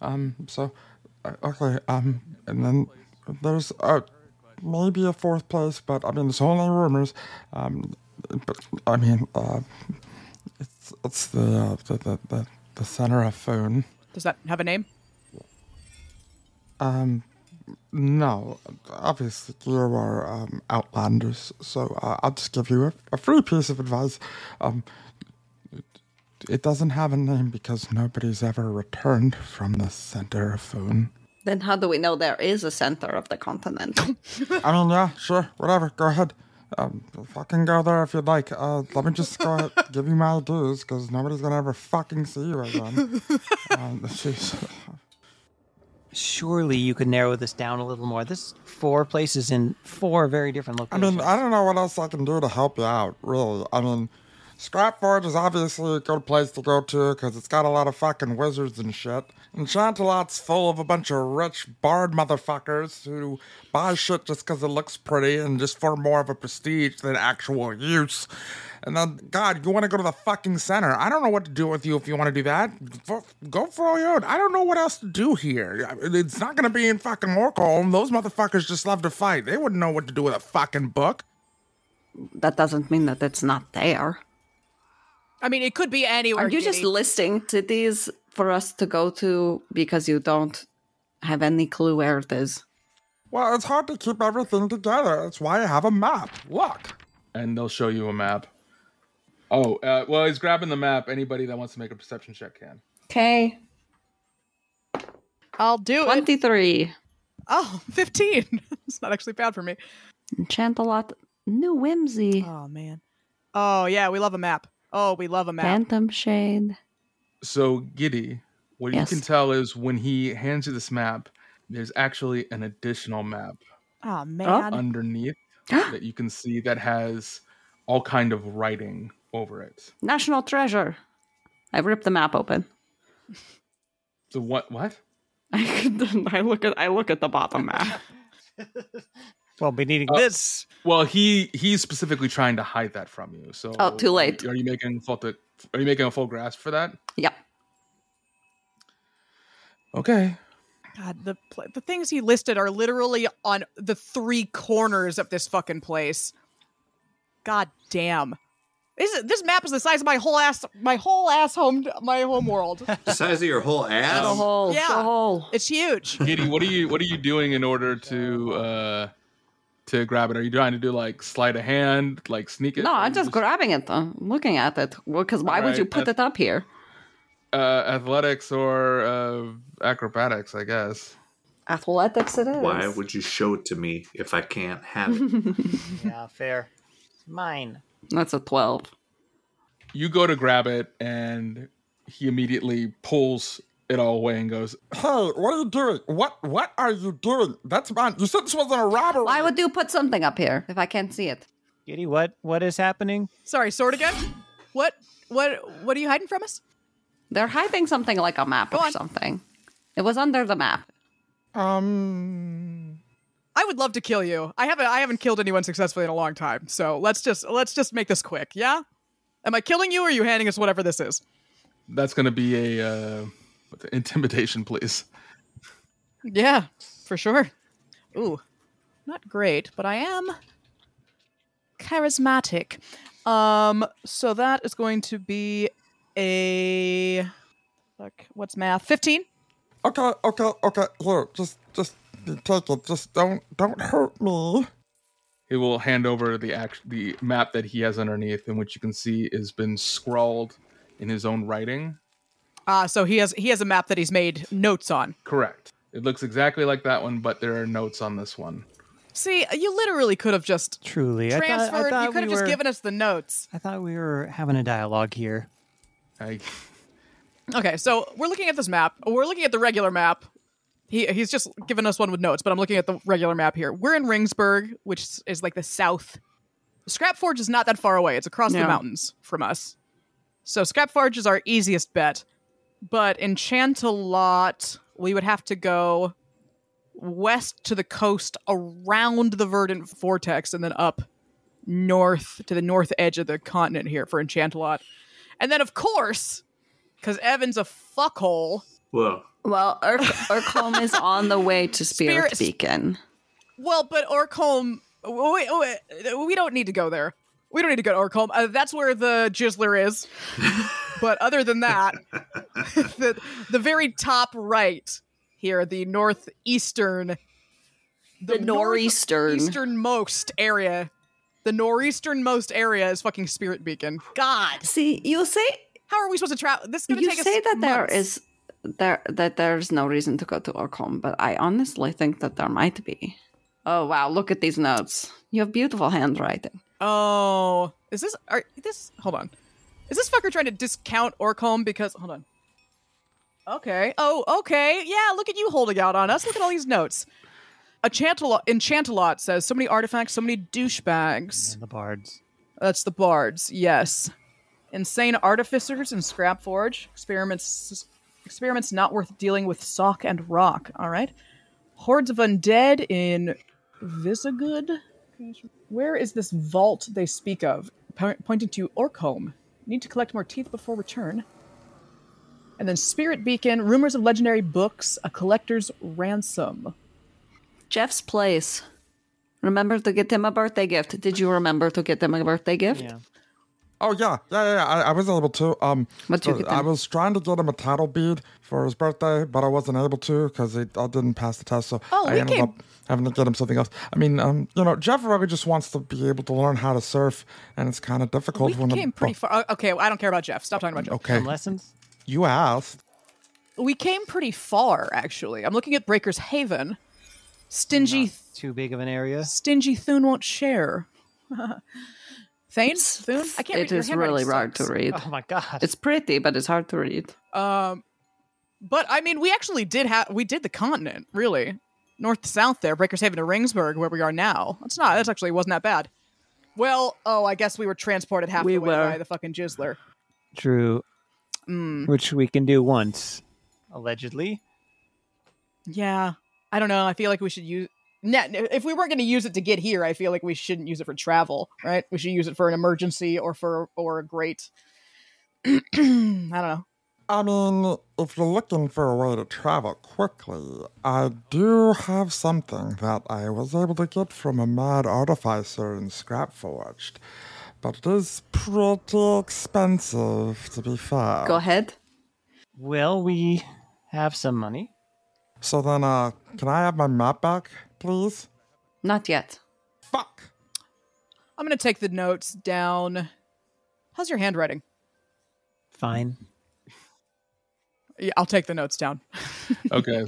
Speaker 7: Um, so, uh, okay, um, and then there's uh, maybe a fourth place, but I mean, it's only rumors. Um, but I mean, uh, it's it's the uh, the, the, the the center of Foon.
Speaker 3: Does that have a name?
Speaker 7: No, obviously you are um, outlanders, so uh, I'll just give you a, a free piece of advice. Um, it- it doesn't have a name because nobody's ever returned from the center of Foon.
Speaker 6: Then how do we know there is a center of the continent?
Speaker 7: I mean, yeah, sure, whatever, go ahead. Um, fucking go there if you'd like. Uh, let me just go ahead give you my dues because nobody's gonna ever fucking see you again. um, jeez.
Speaker 4: Surely you could narrow this down a little more. This is four places in four very different
Speaker 7: I
Speaker 4: locations.
Speaker 7: mean, I don't know what else I can do to help you out, really. I mean, Scrapforge is obviously a good place to go to because it's got a lot of fucking wizards and shit. And Chantelat's full of a bunch of rich bard motherfuckers who buy shit just because it looks pretty and just for more of a prestige than actual use. And then, God, you want to go to the fucking center. I don't know what to do with you if you want to do that. F- Go for all your own. I don't know what else to do here. I- It's not going to be in fucking Morcombe. Those motherfuckers just love to fight. They wouldn't know what to do with a fucking book.
Speaker 6: that doesn't mean that it's not there.
Speaker 3: I mean, it could be anywhere.
Speaker 6: Are you just
Speaker 3: Giddy.
Speaker 6: listing cities for us to go to because you don't have any clue where it is?
Speaker 7: Well, it's hard to keep everything together. That's why I have a map. Look.
Speaker 5: and they'll show you a map. Oh, uh, well, he's grabbing the map. Anybody that wants to make a perception check can.
Speaker 6: Okay.
Speaker 3: I'll do it.
Speaker 6: 23.
Speaker 3: Oh, 15. it's not actually bad for me.
Speaker 6: Enchant a lot. New whimsy.
Speaker 3: Oh, man. Oh, yeah, we love a map. Oh, we love a map.
Speaker 6: Phantom shade.
Speaker 5: So, Giddy, what
Speaker 6: Yes.
Speaker 5: you can tell is when he hands you this map, there's actually an additional map
Speaker 3: oh, man.
Speaker 5: underneath that you can see that has all kind of writing over it.
Speaker 6: National treasure. I ripped the map open.
Speaker 5: So what? What?
Speaker 6: I, I look at I look at the bottom map.
Speaker 4: Well, be needing
Speaker 5: Uh,
Speaker 4: this.
Speaker 5: Well, he he's specifically trying to hide that from you. So
Speaker 6: Oh, too late.
Speaker 5: Are you making full to, Are you making a full grasp for that?
Speaker 6: yep.
Speaker 5: Okay.
Speaker 3: God, the, pla the things he listed are literally on the three corners of this fucking place. God damn. This, is- this map is the size of my whole ass, my whole ass home, my home world.
Speaker 2: The size of your whole ass.
Speaker 6: The hole.
Speaker 3: yeah.
Speaker 6: The hole.
Speaker 3: It's huge.
Speaker 5: Giddy, what are you what are you doing in order to uh to grab it? Are you trying to do like sleight of hand, like sneak it?
Speaker 6: No,
Speaker 5: Or
Speaker 6: I'm
Speaker 5: you
Speaker 6: just grabbing it. I'm looking at it. Well, because why would
Speaker 5: Alright,
Speaker 6: you put
Speaker 5: that's-
Speaker 6: it up here?
Speaker 5: uh, athletics or uh, acrobatics, I guess.
Speaker 6: Athletics it is.
Speaker 2: Why would you show it to me if I can't have it?
Speaker 4: Yeah, fair. Mine.
Speaker 6: That's a 12.
Speaker 5: You go to grab it, and he immediately pulls it all away and goes,
Speaker 7: Hey, what are you doing? What what are you doing? That's mine. You said this wasn't a robbery.
Speaker 6: Why would you put something up here if I can't see it?
Speaker 4: Giddy, what what is happening?
Speaker 3: Sorry, sword again. What? What? What are you hiding from us?
Speaker 6: They're hiding something like a map or
Speaker 3: on.
Speaker 6: something. It was under the map.
Speaker 7: Um.
Speaker 3: I would love to kill you. I haven't. I haven't killed anyone successfully in a long time. So let's just let's just make this quick. Yeah. Am I killing you, or are you handing us whatever this is?
Speaker 5: "That's going to be a uh, what's it, intimidation, please."
Speaker 3: Yeah, for sure. Ooh, not great, but I am charismatic. Um, so that is going to be a. Look, what's math? Fifteen.
Speaker 7: Okay. Okay. Okay. Here, just just take it. Just don't don't hurt me.
Speaker 5: He will hand over the act- the map that he has underneath, and which you can see has been scrawled in his own writing.
Speaker 3: Ah, so he has he has a map that he's made notes on.
Speaker 5: Correct. It looks exactly like that one, but there are notes on this one.
Speaker 3: See, you literally could have just
Speaker 4: Truly, I thought- I
Speaker 3: transferred.
Speaker 4: thought,
Speaker 3: you could have
Speaker 4: we
Speaker 3: just
Speaker 4: were,
Speaker 3: given us the notes.
Speaker 4: I thought we were having a dialogue here.
Speaker 5: I,
Speaker 3: Okay, so we're looking at this map. We're looking at the regular map. He he's just given us one with notes, but I'm looking at the regular map here. We're in Ringsburg, which is like the south. Scrapforge is not that far away. It's across the
Speaker 6: No.
Speaker 3: mountains from us. So Scrapforge is our easiest bet. But in Chantalot, we would have to go west to the coast around the Verdant Vortex and then up north to the north edge of the continent here for Enchantalot. And then, of course, because Evan's a fuckhole,
Speaker 2: Well,
Speaker 6: Well, Ur- Urcom is on the way to Spirit
Speaker 3: Spirit-
Speaker 6: Beacon.
Speaker 3: well, but Orcombe, we, we, we don't need to go there. We don't need to go to Orcombe. Uh, that's where the Jizzler is. but other than that, the, the very top right here, the northeastern,
Speaker 6: The, nor'eastern.
Speaker 3: northeasternmost area, the northeasternmost area is fucking Spirit Beacon. God,
Speaker 6: See, you say
Speaker 3: how are we supposed to travel? This is going to
Speaker 6: you
Speaker 3: take us
Speaker 6: say that there
Speaker 3: months.
Speaker 6: is there that there's no reason to go to Orcom, but I honestly think that there might be. Oh wow, look at these notes. You have beautiful handwriting.
Speaker 3: Oh, is this? Are this? Hold on. Is this fucker trying to discount Orcombe because? Hold on. Okay. Oh, okay. Yeah. Look at you holding out on us. Look at all these notes. A Chantalot, Enchantalot says so many artifacts, so many douchebags.
Speaker 4: The bards.
Speaker 3: That's the bards. Yes. Insane artificers and scrap forge experiments. Experiments not worth dealing with. Sock and rock. All right. Hordes of undead in Visigood. Where is this vault they speak of? Po- pointing to Orcombe. Need to collect more teeth before return. And then Spirit Beacon. Rumors of legendary books. A collector's ransom.
Speaker 6: Jeff's place. Remember to get him a birthday gift. Did you remember to get him a birthday gift?
Speaker 4: Yeah.
Speaker 7: Oh yeah, yeah, yeah. yeah. I, I was able to. Um,
Speaker 6: But you
Speaker 7: so
Speaker 6: get
Speaker 7: I
Speaker 6: them.
Speaker 7: was trying to get him a title bead for his birthday, but I wasn't able to because I didn't pass the test. So
Speaker 3: Oh,
Speaker 7: I
Speaker 3: we
Speaker 7: ended
Speaker 3: came-
Speaker 7: up having to get him something else. I mean, um, you know, Jeff really just wants to be able to learn how to surf, and it's kind of difficult
Speaker 3: We
Speaker 7: when
Speaker 3: came
Speaker 7: a,
Speaker 3: pretty
Speaker 7: well,
Speaker 3: far. oh, Okay, I don't care about Jeff. Stop talking about Jeff.
Speaker 7: Okay,
Speaker 4: Some lessons?
Speaker 7: you asked.
Speaker 3: We came pretty far, actually. I'm looking at Breaker's Haven. Stingy,
Speaker 4: Too big of an area?
Speaker 3: stingy Thune won't share. Thane, Thune. I can't. read
Speaker 6: It
Speaker 3: your
Speaker 6: is
Speaker 3: handwriting
Speaker 6: really hard to
Speaker 3: sucks.
Speaker 6: read.
Speaker 4: Oh my god.
Speaker 6: It's pretty, but it's hard to read.
Speaker 3: Um, but I mean, we actually did have we did the continent really, north to south there, Breakers Haven to Ringsburg, where we are now. That's not. That's actually wasn't that bad. Well, oh, I guess we were transported half
Speaker 6: We
Speaker 3: the way
Speaker 6: were.
Speaker 3: by the fucking Jizzler. Mm.
Speaker 4: True. Which we can do once, allegedly.
Speaker 3: Yeah, I don't know. I feel like we should use. Nah, if we weren't going to use it to get here, I feel like we shouldn't use it for travel, right? We should use it for an emergency or for or a great. I don't know.
Speaker 7: I mean, if you're looking for a way to travel quickly, I do have something that I was able to get from a mad artificer in Scrapforged. But it is pretty expensive, to be fair.
Speaker 6: Go ahead.
Speaker 4: Well, we have some money.
Speaker 7: So then, uh, can I have my map back, please?
Speaker 6: Not yet.
Speaker 7: Fuck!
Speaker 3: I'm going to take the notes down. How's your handwriting?
Speaker 4: Fine.
Speaker 3: Yeah, I'll take the notes down.
Speaker 5: Okay.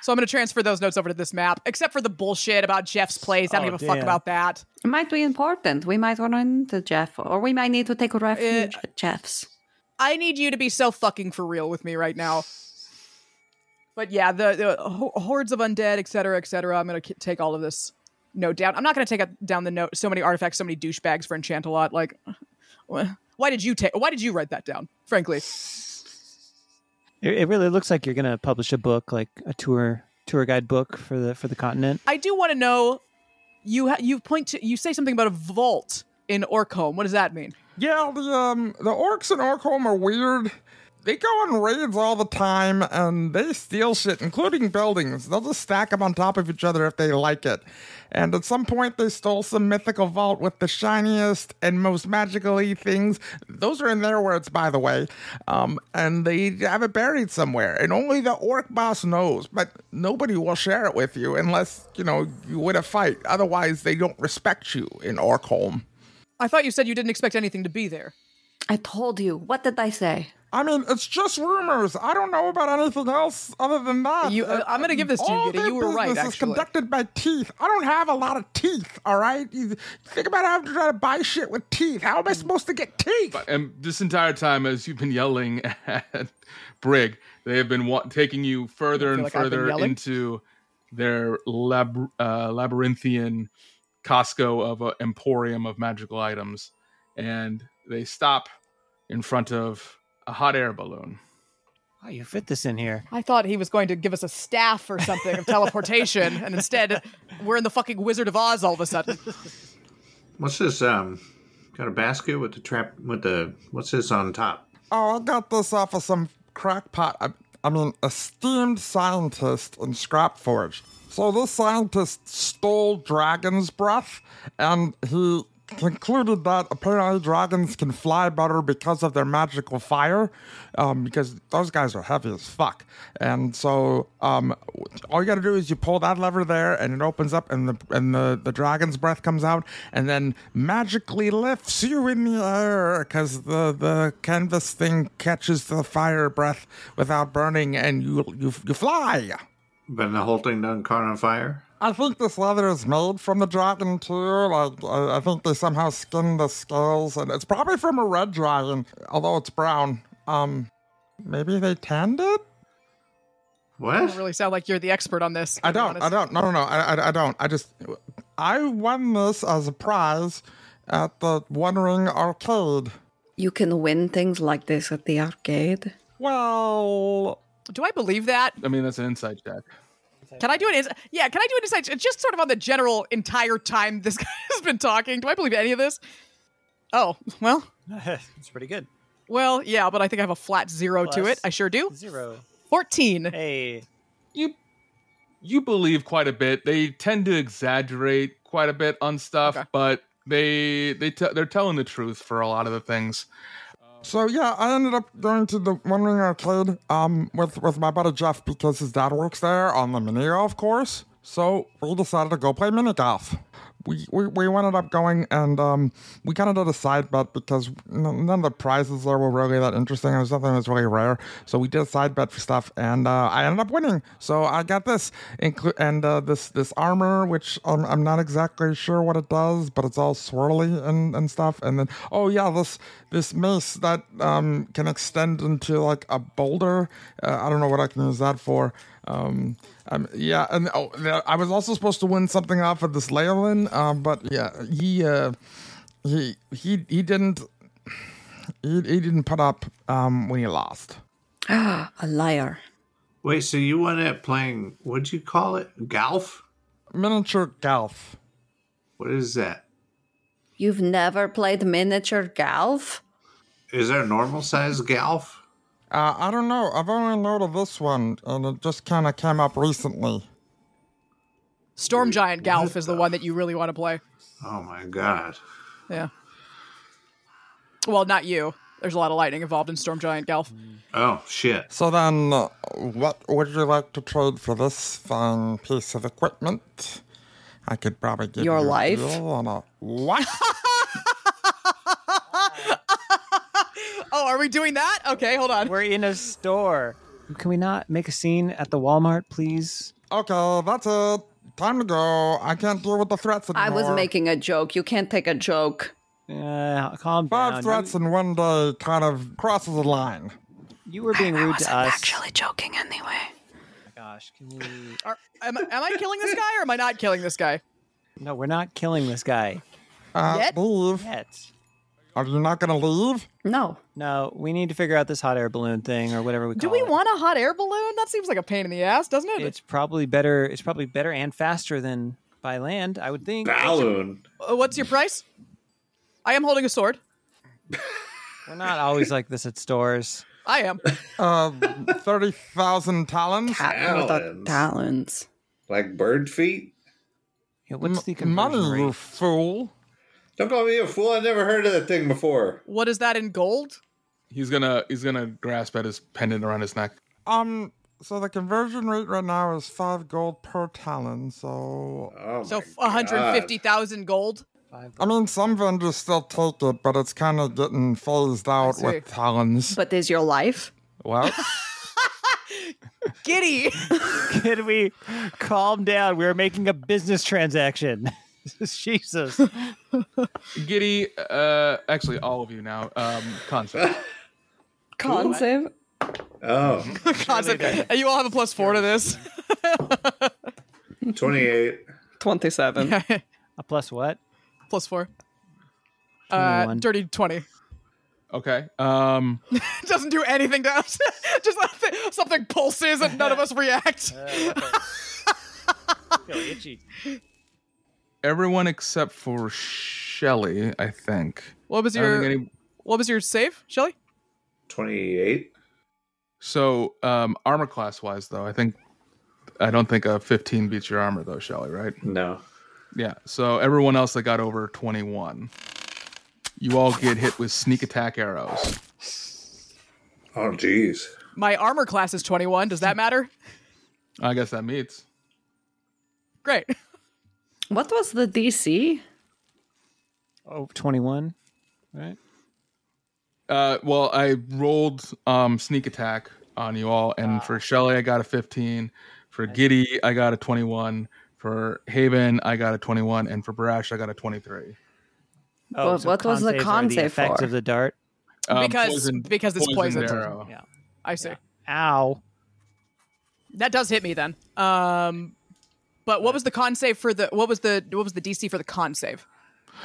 Speaker 3: So I'm going to transfer those notes over to this map, except for the bullshit about Jeff's place. I don't
Speaker 4: Oh,
Speaker 3: give a
Speaker 4: damn.
Speaker 3: fuck about that.
Speaker 6: It might be important. We might run into Jeff, or we might need to take
Speaker 3: Uh,
Speaker 6: refuge at Jeff's.
Speaker 3: I need you to be so fucking for real with me right now. But yeah, the, the ho- hordes of undead, et cetera, et cetera. I'm going to k- take all of this note down. I'm not going to take up down the note. So many artifacts, so many douchebags for Enchantalot. Like, wh- why did you take? Why did you write that down? Frankly,
Speaker 4: It, it really looks like you're going to publish a book, like a tour tour guide book for the for the continent.
Speaker 3: I do want to know. You ha- you point to you say something about a vault in Orcombe. What does that mean?
Speaker 7: Yeah, the, um, the orcs in Orkholm are weird. They go on raids all the time and they steal shit, including buildings. They'll just stack them on top of each other if they like it. And at some point, they stole some mythical vault with the shiniest and most magically things. Those are in their words, by the way. Um, and they have it buried somewhere. And only the orc boss knows, but nobody will share it with you unless, you know, you win a fight. Otherwise, they don't respect you in Orkholm.
Speaker 3: I thought you said you didn't expect anything to be there.
Speaker 6: I told you. What did I say?
Speaker 7: I mean, it's just rumors. I don't know about anything else other than that.
Speaker 3: You- uh, I'm gonna give this to you,
Speaker 7: All
Speaker 3: Gideon.
Speaker 7: their
Speaker 3: You were right,
Speaker 7: business is
Speaker 3: actually.
Speaker 7: conducted by teeth. I don't have a lot of teeth. All right, you think about having to try to buy shit with teeth. How
Speaker 3: Mm.
Speaker 7: am I supposed to get teeth?
Speaker 5: And this entire time, as you've been yelling at Brig, they have been wa- taking you further and
Speaker 3: like I've been
Speaker 5: further
Speaker 3: yelling.
Speaker 5: into their lab- uh, labyrinthian Costco of a emporium of magical items, and they stop in front of a hot air balloon.
Speaker 4: Oh, you fit this in here.
Speaker 3: I thought he was going to give us a staff or something of teleportation, and instead we're in the fucking Wizard of Oz all of a sudden.
Speaker 2: What's this? Um, got a basket with the trap with the what's this on top?
Speaker 7: Oh, I got this off of some crackpot. I, I mean, esteemed scientist in Scrapforge. So this scientist stole dragon's breath, and he concluded that apparently dragons can fly better because of their magical fire, um, because those guys are heavy as fuck. And so um, all you got to do is you pull that lever there, and it opens up, and the and the, the dragon's breath comes out, and then magically lifts you in the air because the the canvas thing catches the fire breath without burning, and you you you fly.
Speaker 2: Been the whole thing done caught on fire.
Speaker 7: I think this leather is made from the dragon too. Like I, I think they somehow skinned the scales, and it's probably from a red dragon, although it's brown. Um, maybe they tanned it.
Speaker 2: What?
Speaker 3: Doesn't really sound like you're the expert on this.
Speaker 7: I
Speaker 3: to be
Speaker 7: don't. I
Speaker 3: honest.
Speaker 7: don't. No, no, no. I, I, I don't. I just. I won this as a prize at the One Ring Arcade.
Speaker 6: You can win things like this at the arcade.
Speaker 7: Well,
Speaker 3: Do I believe that?
Speaker 5: I mean, that's an inside check.
Speaker 3: Can I do an ins- yeah? Can I do an insight? check? Just sort of on the general entire time this guy has been talking. Do I believe any of this? Oh well,
Speaker 4: it's pretty good.
Speaker 3: well yeah, but I think I have a flat zero to
Speaker 4: Plus
Speaker 3: it. I sure do.
Speaker 4: Zero.
Speaker 3: Fourteen.
Speaker 4: Hey.
Speaker 5: you you believe quite a bit. They tend to exaggerate quite a bit on stuff,
Speaker 3: Okay.
Speaker 5: but They they te- they're telling the truth for a lot of the things.
Speaker 7: So yeah, I ended up going to the One Ring Arcade um with with my buddy Jeff because his dad works there on the mini golf course. So we decided to go play mini golf. We, we, we ended up going and um, we kind of did a side bet because n- none of the prizes there were really that interesting. It was nothing that was really rare. So we did a side bet for stuff and uh, I ended up winning. So I got this inclu- and uh, this this armor, which um, I'm not exactly sure what it does, but it's all swirly and, and stuff. And then oh yeah, this this mace that um, can extend into like a boulder. Uh, I don't know what I can use that for. Um, um, yeah, and oh, there- I was also supposed to win something off of this Leyland, um, but yeah, he uh, he he he didn't he, he didn't put up um, when he lost.
Speaker 6: A liar.
Speaker 2: Wait, so you went at playing, what'd you call it? Golf?
Speaker 7: Miniature golf.
Speaker 2: What is that?
Speaker 6: You've never played miniature golf?
Speaker 2: Is there a normal size golf?
Speaker 7: Uh, I don't know. I've only heard of this one, and it just kind of came up recently.
Speaker 3: Storm Giant Galf is the one that you really want to play.
Speaker 2: Oh my god.
Speaker 3: Yeah. Well, not you. There's a lot of lightning involved in Storm Giant Galf.
Speaker 4: Mm.
Speaker 2: Oh shit.
Speaker 7: So then, uh, what would you like to trade for this fine piece of equipment? I could probably give
Speaker 6: Your
Speaker 7: you a
Speaker 6: life?
Speaker 7: deal on a- what?
Speaker 3: Oh, are we doing that? Okay, hold on.
Speaker 4: We're in a store. Can we not make a scene at the Walmart, please?
Speaker 7: Okay, that's it. Time to go. I can't deal with the threats anymore.
Speaker 6: I was making a joke. You can't take a joke.
Speaker 4: Uh, calm
Speaker 7: five
Speaker 4: down.
Speaker 7: threats in one day. Kind of crosses the line.
Speaker 4: You, you were being rude to us.
Speaker 6: Actually, joking anyway.
Speaker 4: Gosh, can we?
Speaker 3: Are, am, I- am I killing this guy or am I not killing this guy?
Speaker 4: No, we're not killing this guy
Speaker 7: Uh,
Speaker 3: Yet?
Speaker 7: Leave.
Speaker 4: yet.
Speaker 7: Are you not gonna leave?
Speaker 6: No.
Speaker 4: No, we need to figure out this hot air balloon thing or whatever we call
Speaker 3: Do we
Speaker 4: it.
Speaker 3: want a hot air balloon? That seems like a pain in the ass, doesn't it?
Speaker 4: It's probably better. It's probably better and faster than by land, I would think.
Speaker 2: Balloon.
Speaker 3: Uh, What's your price? I am holding a sword.
Speaker 4: We're not always like this at stores.
Speaker 3: I am.
Speaker 7: Uh, thirty thousand talents.
Speaker 6: Cat without
Speaker 2: Talons.
Speaker 6: talons.
Speaker 2: Like bird feet?
Speaker 4: Yeah, what's the
Speaker 7: M- money,
Speaker 4: conversion
Speaker 7: you
Speaker 4: rate?
Speaker 7: fool.
Speaker 2: Don't call me a fool. I never heard of that thing before.
Speaker 3: What is that in gold?
Speaker 5: He's gonna he's gonna grasp at his pendant around his neck.
Speaker 7: Um. So the conversion rate right now is five gold per talent. So
Speaker 2: Oh
Speaker 3: So
Speaker 2: my
Speaker 3: f- 150,000 gold.
Speaker 7: I mean, some vendors still take it, but it's kind of getting phased out
Speaker 3: see.
Speaker 7: with talents.
Speaker 6: But is your life?
Speaker 7: Well,
Speaker 3: Giddy.
Speaker 4: Could we calm down? We're making a business transaction. Jesus.
Speaker 5: Giddy, uh, actually all of you now. Um, concept.
Speaker 6: Con save?
Speaker 2: God. Oh,
Speaker 3: Concept. And you all have a plus four to this.
Speaker 2: 28.
Speaker 6: 27.
Speaker 4: A plus what?
Speaker 3: plus four. Uh,
Speaker 4: 21.
Speaker 3: dirty 20.
Speaker 5: Okay. Um,
Speaker 3: Doesn't do anything to us. Just let the- something pulses and none of us react.
Speaker 2: Uh,
Speaker 4: itchy.
Speaker 5: everyone except for Shelly, I think.
Speaker 3: What was
Speaker 5: I don't
Speaker 3: your
Speaker 5: think any-
Speaker 3: What was your save, Shelly?
Speaker 2: 28.
Speaker 5: So um, armor class wise, though, I think I don't think a 15 beats your armor though, Shelly, right?
Speaker 2: No.
Speaker 5: Yeah. So everyone else that got over 21, you all get hit with sneak attack arrows.
Speaker 2: Oh, jeez.
Speaker 3: My armor class is 21. Does that matter?
Speaker 5: I guess that meets.
Speaker 3: Great.
Speaker 6: What was the DC?
Speaker 4: Oh, 21. Right?
Speaker 5: Uh, well, I rolled um, sneak attack on you all, and
Speaker 3: Ah.
Speaker 5: for Shelly, I got a 15. For Giddy, I got a 21. For Haven, I got a 21, and for Brash, I got a 23.
Speaker 4: Oh,
Speaker 6: What- what was
Speaker 4: con
Speaker 6: the
Speaker 4: saves are
Speaker 6: con save
Speaker 4: effects
Speaker 6: for?
Speaker 4: of the dart?
Speaker 5: Um,
Speaker 3: Because- because it's poisoned.
Speaker 5: arrow.
Speaker 4: Yeah.
Speaker 3: I see.
Speaker 4: Ow.
Speaker 3: That does hit me then. Um, but what was the con save for the what was the what was the DC for the con save?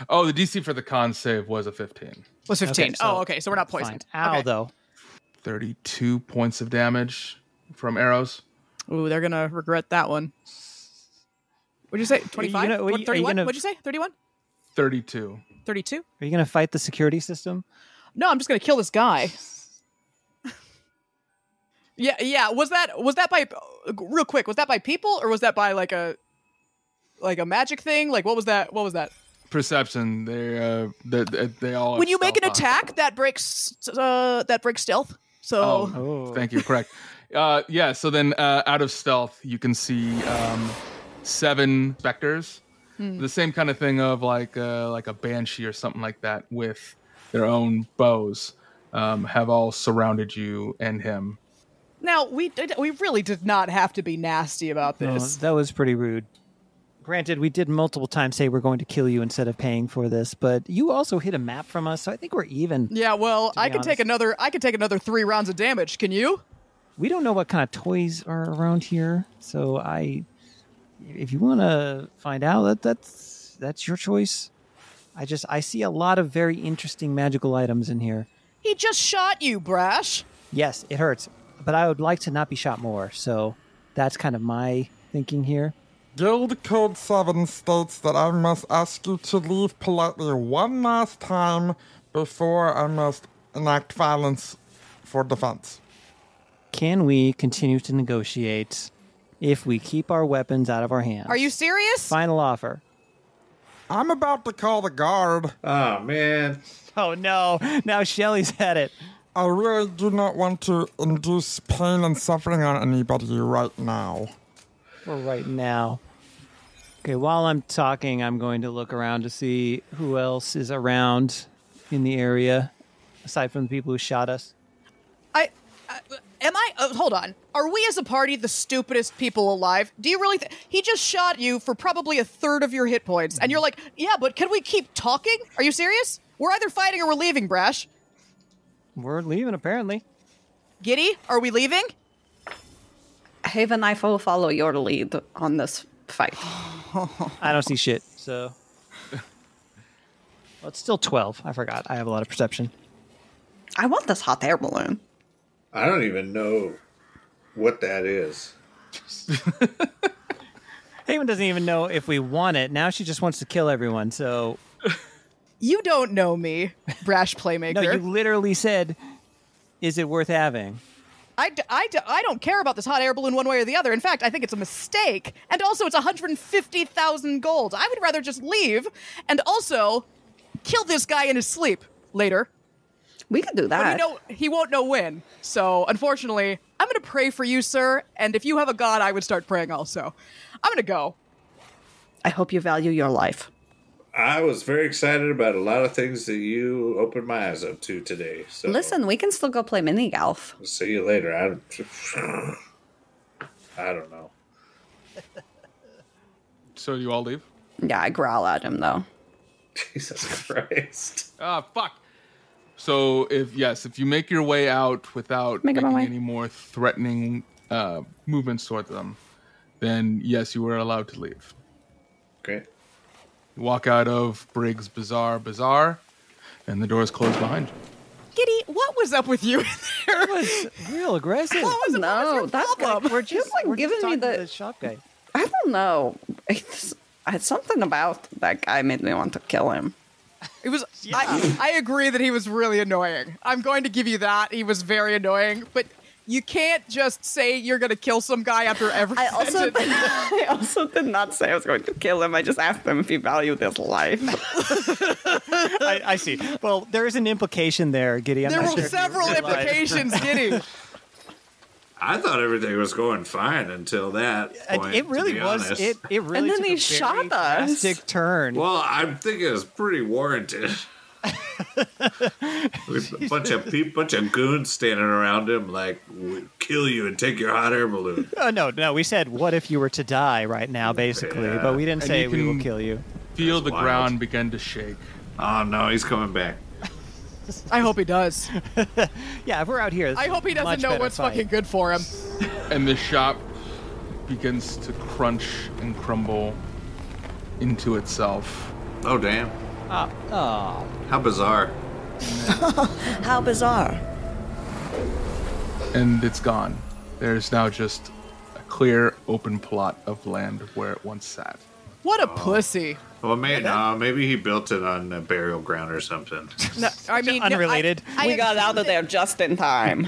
Speaker 5: Oh, the DC for the con save was a 15.
Speaker 3: Was 15.
Speaker 4: Okay, so-
Speaker 3: oh, okay. So we're not
Speaker 4: Fine.
Speaker 3: poisoned.
Speaker 4: Ow,
Speaker 3: Okay.
Speaker 4: though.
Speaker 5: 32 points of damage from arrows.
Speaker 3: Ooh, they're gonna regret that one. What'd you say? 25?
Speaker 4: gonna- are you- are you
Speaker 3: 31?
Speaker 4: gonna-
Speaker 3: What'd you say? 31?
Speaker 5: 32.
Speaker 3: 32?
Speaker 4: Are you going to fight the security system?
Speaker 3: No, I'm just gonna kill this guy. yeah, yeah. Was that was that by real quick? Was that by people or was that by like a like a magic thing? Like what was that? What was that?
Speaker 5: perception. They uh, they, they they all. have
Speaker 3: when you make an
Speaker 5: Oh, stealth on.
Speaker 3: attack, that breaks uh, that breaks stealth. So
Speaker 5: Oh, thank you. Correct. Uh, yeah. So then, uh, out of stealth, you can see um, seven specters.
Speaker 6: Hmm.
Speaker 5: The same kind of thing of like uh, like a banshee or something like that with their own bows um, have all surrounded you and him.
Speaker 3: now we did, we really did not have to be nasty about
Speaker 4: No,
Speaker 3: this.
Speaker 4: Oh, that was pretty rude. Granted, we did multiple times say we're going to kill you instead of paying for this, but you also hid a map from us, so I think we're even.
Speaker 3: yeah, well, I
Speaker 4: be
Speaker 3: can take
Speaker 4: honest.
Speaker 3: another. I can take another three rounds of damage. Can you?
Speaker 4: We don't know what kind of toys are around here, so I, if you want to find out, that that's that's your choice. I just I see a lot of very interesting magical items in here.
Speaker 3: He just shot you, Brash.
Speaker 4: Yes, it hurts, but I would like to not be shot more, so that's kind of my thinking here.
Speaker 7: Guild Code 7 states that I must ask you to leave politely one last time before I must enact violence for defense.
Speaker 4: Can we continue to negotiate if we keep our weapons out of our hands?
Speaker 3: Are you serious?
Speaker 4: Final offer.
Speaker 7: I'm about to call the guard.
Speaker 2: Oh man,
Speaker 4: Oh no! Now Shelly's had it.
Speaker 7: I really do not want to induce pain and suffering on anybody right now.
Speaker 4: For right now. Okay. While I'm talking, I'm going to look around to see who else is around in the area, aside from the people who shot us.
Speaker 3: I, I am I? Uh, hold on. Are we as a party the stupidest people alive? Do you really? Th- he just shot you for probably a third of your hit points, and you're like, yeah, but can we keep talking? Are you serious? We're either fighting or we're leaving, Brash.
Speaker 4: We're leaving, apparently.
Speaker 3: Giddy, are we leaving?
Speaker 6: Haven, I will follow your lead on this fight.
Speaker 4: I don't see shit. So. Well, it's still 12. I forgot. I have a lot of perception.
Speaker 6: I want this hot air balloon.
Speaker 2: I don't even know what that is.
Speaker 4: Haven doesn't even know if we want it. Now she just wants to kill everyone. So,
Speaker 3: You don't know me, Brash Playmaker.
Speaker 4: no, you literally said, is it worth having?
Speaker 3: I, d- I, d- I don't care about this hot air balloon one way or the other. In fact, I think it's a mistake. And also, it's 150,000 gold. I would rather just leave and also kill this guy in his sleep later.
Speaker 6: We could do
Speaker 3: But
Speaker 6: that.
Speaker 3: he, know, he won't know when. So, unfortunately, I'm going to pray for you, sir. And if you have a god, I would start praying also. I'm going to go.
Speaker 6: I hope you value your life.
Speaker 2: I was very excited about a lot of things that you opened my eyes up to today. So
Speaker 6: Listen, we can still go play mini golf.
Speaker 2: see you later. I don't, I don't know.
Speaker 5: So you all leave.
Speaker 6: Yeah, I growl at him though.
Speaker 2: Jesus Christ.
Speaker 5: Ah, fuck. So if yes, if you make your way out without
Speaker 6: Make it my
Speaker 5: making
Speaker 6: way.
Speaker 5: any more threatening uh, movements toward them, then yes, you are allowed to leave.
Speaker 2: Great.
Speaker 5: You walk out of Briggs Bazaar Bazaar, and the doors close behind you.
Speaker 3: Giddy, what was up with you in there?
Speaker 4: was real aggressive.
Speaker 3: What was- what was
Speaker 6: No,
Speaker 3: your
Speaker 6: that's
Speaker 3: problem?
Speaker 6: like, we're just like
Speaker 4: We're
Speaker 6: giving
Speaker 4: just
Speaker 6: me
Speaker 4: talking to
Speaker 6: the.
Speaker 4: the shop guy.
Speaker 6: I don't know. It's, it's something about that guy made me want to kill him.
Speaker 3: It was. I, I agree that he was really annoying. I'm going to give you that. He was very annoying, but you can't just say you're going to kill some guy after every.
Speaker 6: I also,
Speaker 3: sentence.
Speaker 6: I also did not say I was going to kill him. I just asked him if he valued his life.
Speaker 4: I, I see. Well, there is an implication there, Giddy. I'm
Speaker 3: there
Speaker 4: not
Speaker 3: were
Speaker 4: sure if you
Speaker 3: several
Speaker 4: realize.
Speaker 3: implications, Giddy.
Speaker 2: I thought everything was going fine until that.
Speaker 4: And
Speaker 2: Point,
Speaker 4: it really
Speaker 2: to be
Speaker 4: was.
Speaker 2: honest.
Speaker 4: It it really.
Speaker 6: then
Speaker 4: took
Speaker 6: he
Speaker 4: a
Speaker 6: shot
Speaker 4: very
Speaker 6: us.
Speaker 4: drastic turn.
Speaker 2: Well, I'm thinking it's pretty warranted. With a bunch of peop bunch of goons standing around him, like "We kill you and take your hot air balloon.
Speaker 4: Oh, no, no. We said, "What if you were to die right now?" Basically,
Speaker 2: Yeah.
Speaker 4: but we didn't
Speaker 5: And
Speaker 4: say
Speaker 5: you
Speaker 4: we will
Speaker 5: can-
Speaker 4: kill you.
Speaker 5: Feel the
Speaker 2: wild.
Speaker 5: ground begin to shake.
Speaker 2: Oh no, he's coming back.
Speaker 3: I hope he does.
Speaker 4: Yeah, if we're out here, this
Speaker 3: I
Speaker 4: is
Speaker 3: hope he
Speaker 4: much
Speaker 3: doesn't know
Speaker 4: better
Speaker 3: what's
Speaker 4: fight.
Speaker 3: fucking good for him.
Speaker 5: and the shop begins to crunch and crumble into itself.
Speaker 2: Oh damn!
Speaker 3: Ah,
Speaker 2: How bizarre!
Speaker 6: How bizarre.
Speaker 5: and it's gone. There's now just a clear, open plot of land where it once sat.
Speaker 3: What a
Speaker 4: Oh.
Speaker 3: pussy.
Speaker 2: Well, maybe no, maybe he built it on a burial ground or something.
Speaker 3: No, I mean, no, I-
Speaker 4: Unrelated.
Speaker 3: I
Speaker 6: we got out of there just in time.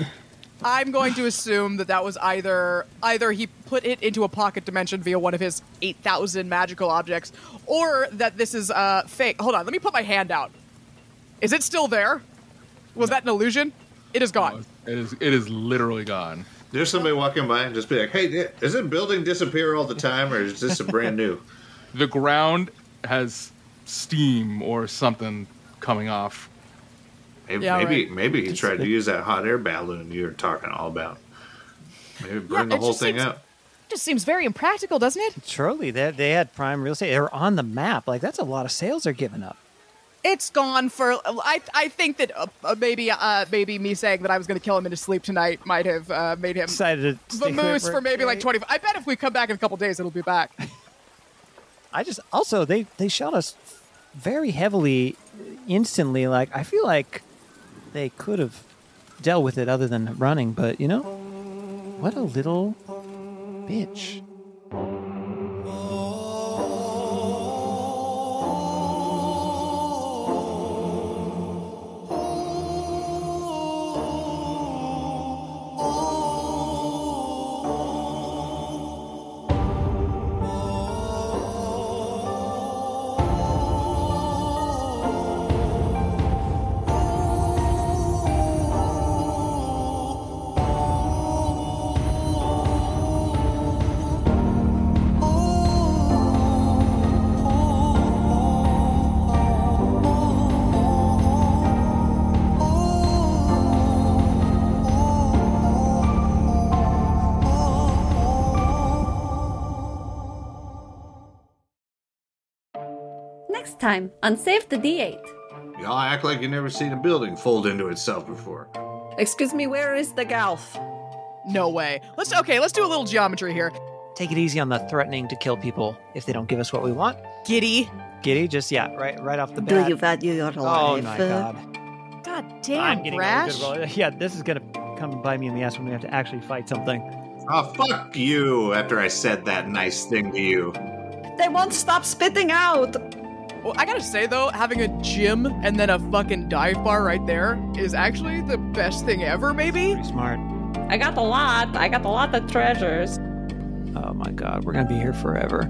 Speaker 3: I'm going to assume that that was either either he put it into a pocket dimension via one of his 8,000 magical objects, or that this is uh, fake. Hold on, let me put my hand out. Is it still there? Was that an illusion? It is gone.
Speaker 5: It is it is literally gone.
Speaker 2: There's somebody walking by and just be like, "Hey, doesn't building disappear all the time, or is this a brand new?"
Speaker 5: The ground has steam or something coming off.
Speaker 2: Maybe
Speaker 3: Yeah,
Speaker 2: maybe,
Speaker 3: right.
Speaker 2: maybe he tried to use that hot air balloon you were talking all about. Maybe burn
Speaker 3: it
Speaker 2: the whole
Speaker 3: just
Speaker 2: thing
Speaker 3: seems-
Speaker 2: up.
Speaker 3: Just seems very impractical, doesn't it?
Speaker 4: Surely they, they had prime real estate. They were on the map. Like, that's a lot of sales they're giving up.
Speaker 3: It's gone for. I I think that uh, uh, maybe uh, maybe me saying that I was going to kill him in his sleep tonight might have uh, made him
Speaker 4: Decided to
Speaker 3: the
Speaker 4: stick with
Speaker 3: moose
Speaker 4: it
Speaker 3: for maybe like twenty. I bet if we come back in a couple days, it'll be back.
Speaker 4: I just also they they shelled us very heavily instantly. Like I feel like they could have dealt with it other than running, but you know what a little bitch.
Speaker 8: Next time on Save the D8.
Speaker 2: Y'all act like you never seen a building fold into itself before.
Speaker 6: Excuse me, where is the Galf?
Speaker 3: No way. Let's okay. Let's do a little geometry here.
Speaker 4: Take it easy on the threatening to kill people if they don't give us what we want.
Speaker 3: Giddy.
Speaker 4: Giddy, just yeah, right right off the bat.
Speaker 6: value your
Speaker 4: oh my god!
Speaker 8: God
Speaker 4: I'm
Speaker 8: damn,
Speaker 4: getting really
Speaker 8: Brash.
Speaker 4: good roll. Yeah, this is gonna come by me in the ass when we have to actually fight something.
Speaker 2: Oh fuck you! After I said that nice thing to you,
Speaker 6: They won't stop spitting out.
Speaker 3: Well, I gotta say though, having a gym and then a fucking dive bar right there is actually the best thing ever. Maybe.
Speaker 4: Pretty smart.
Speaker 8: I got a lot. I got a lot of treasures.
Speaker 4: Oh my god, we're gonna be here forever.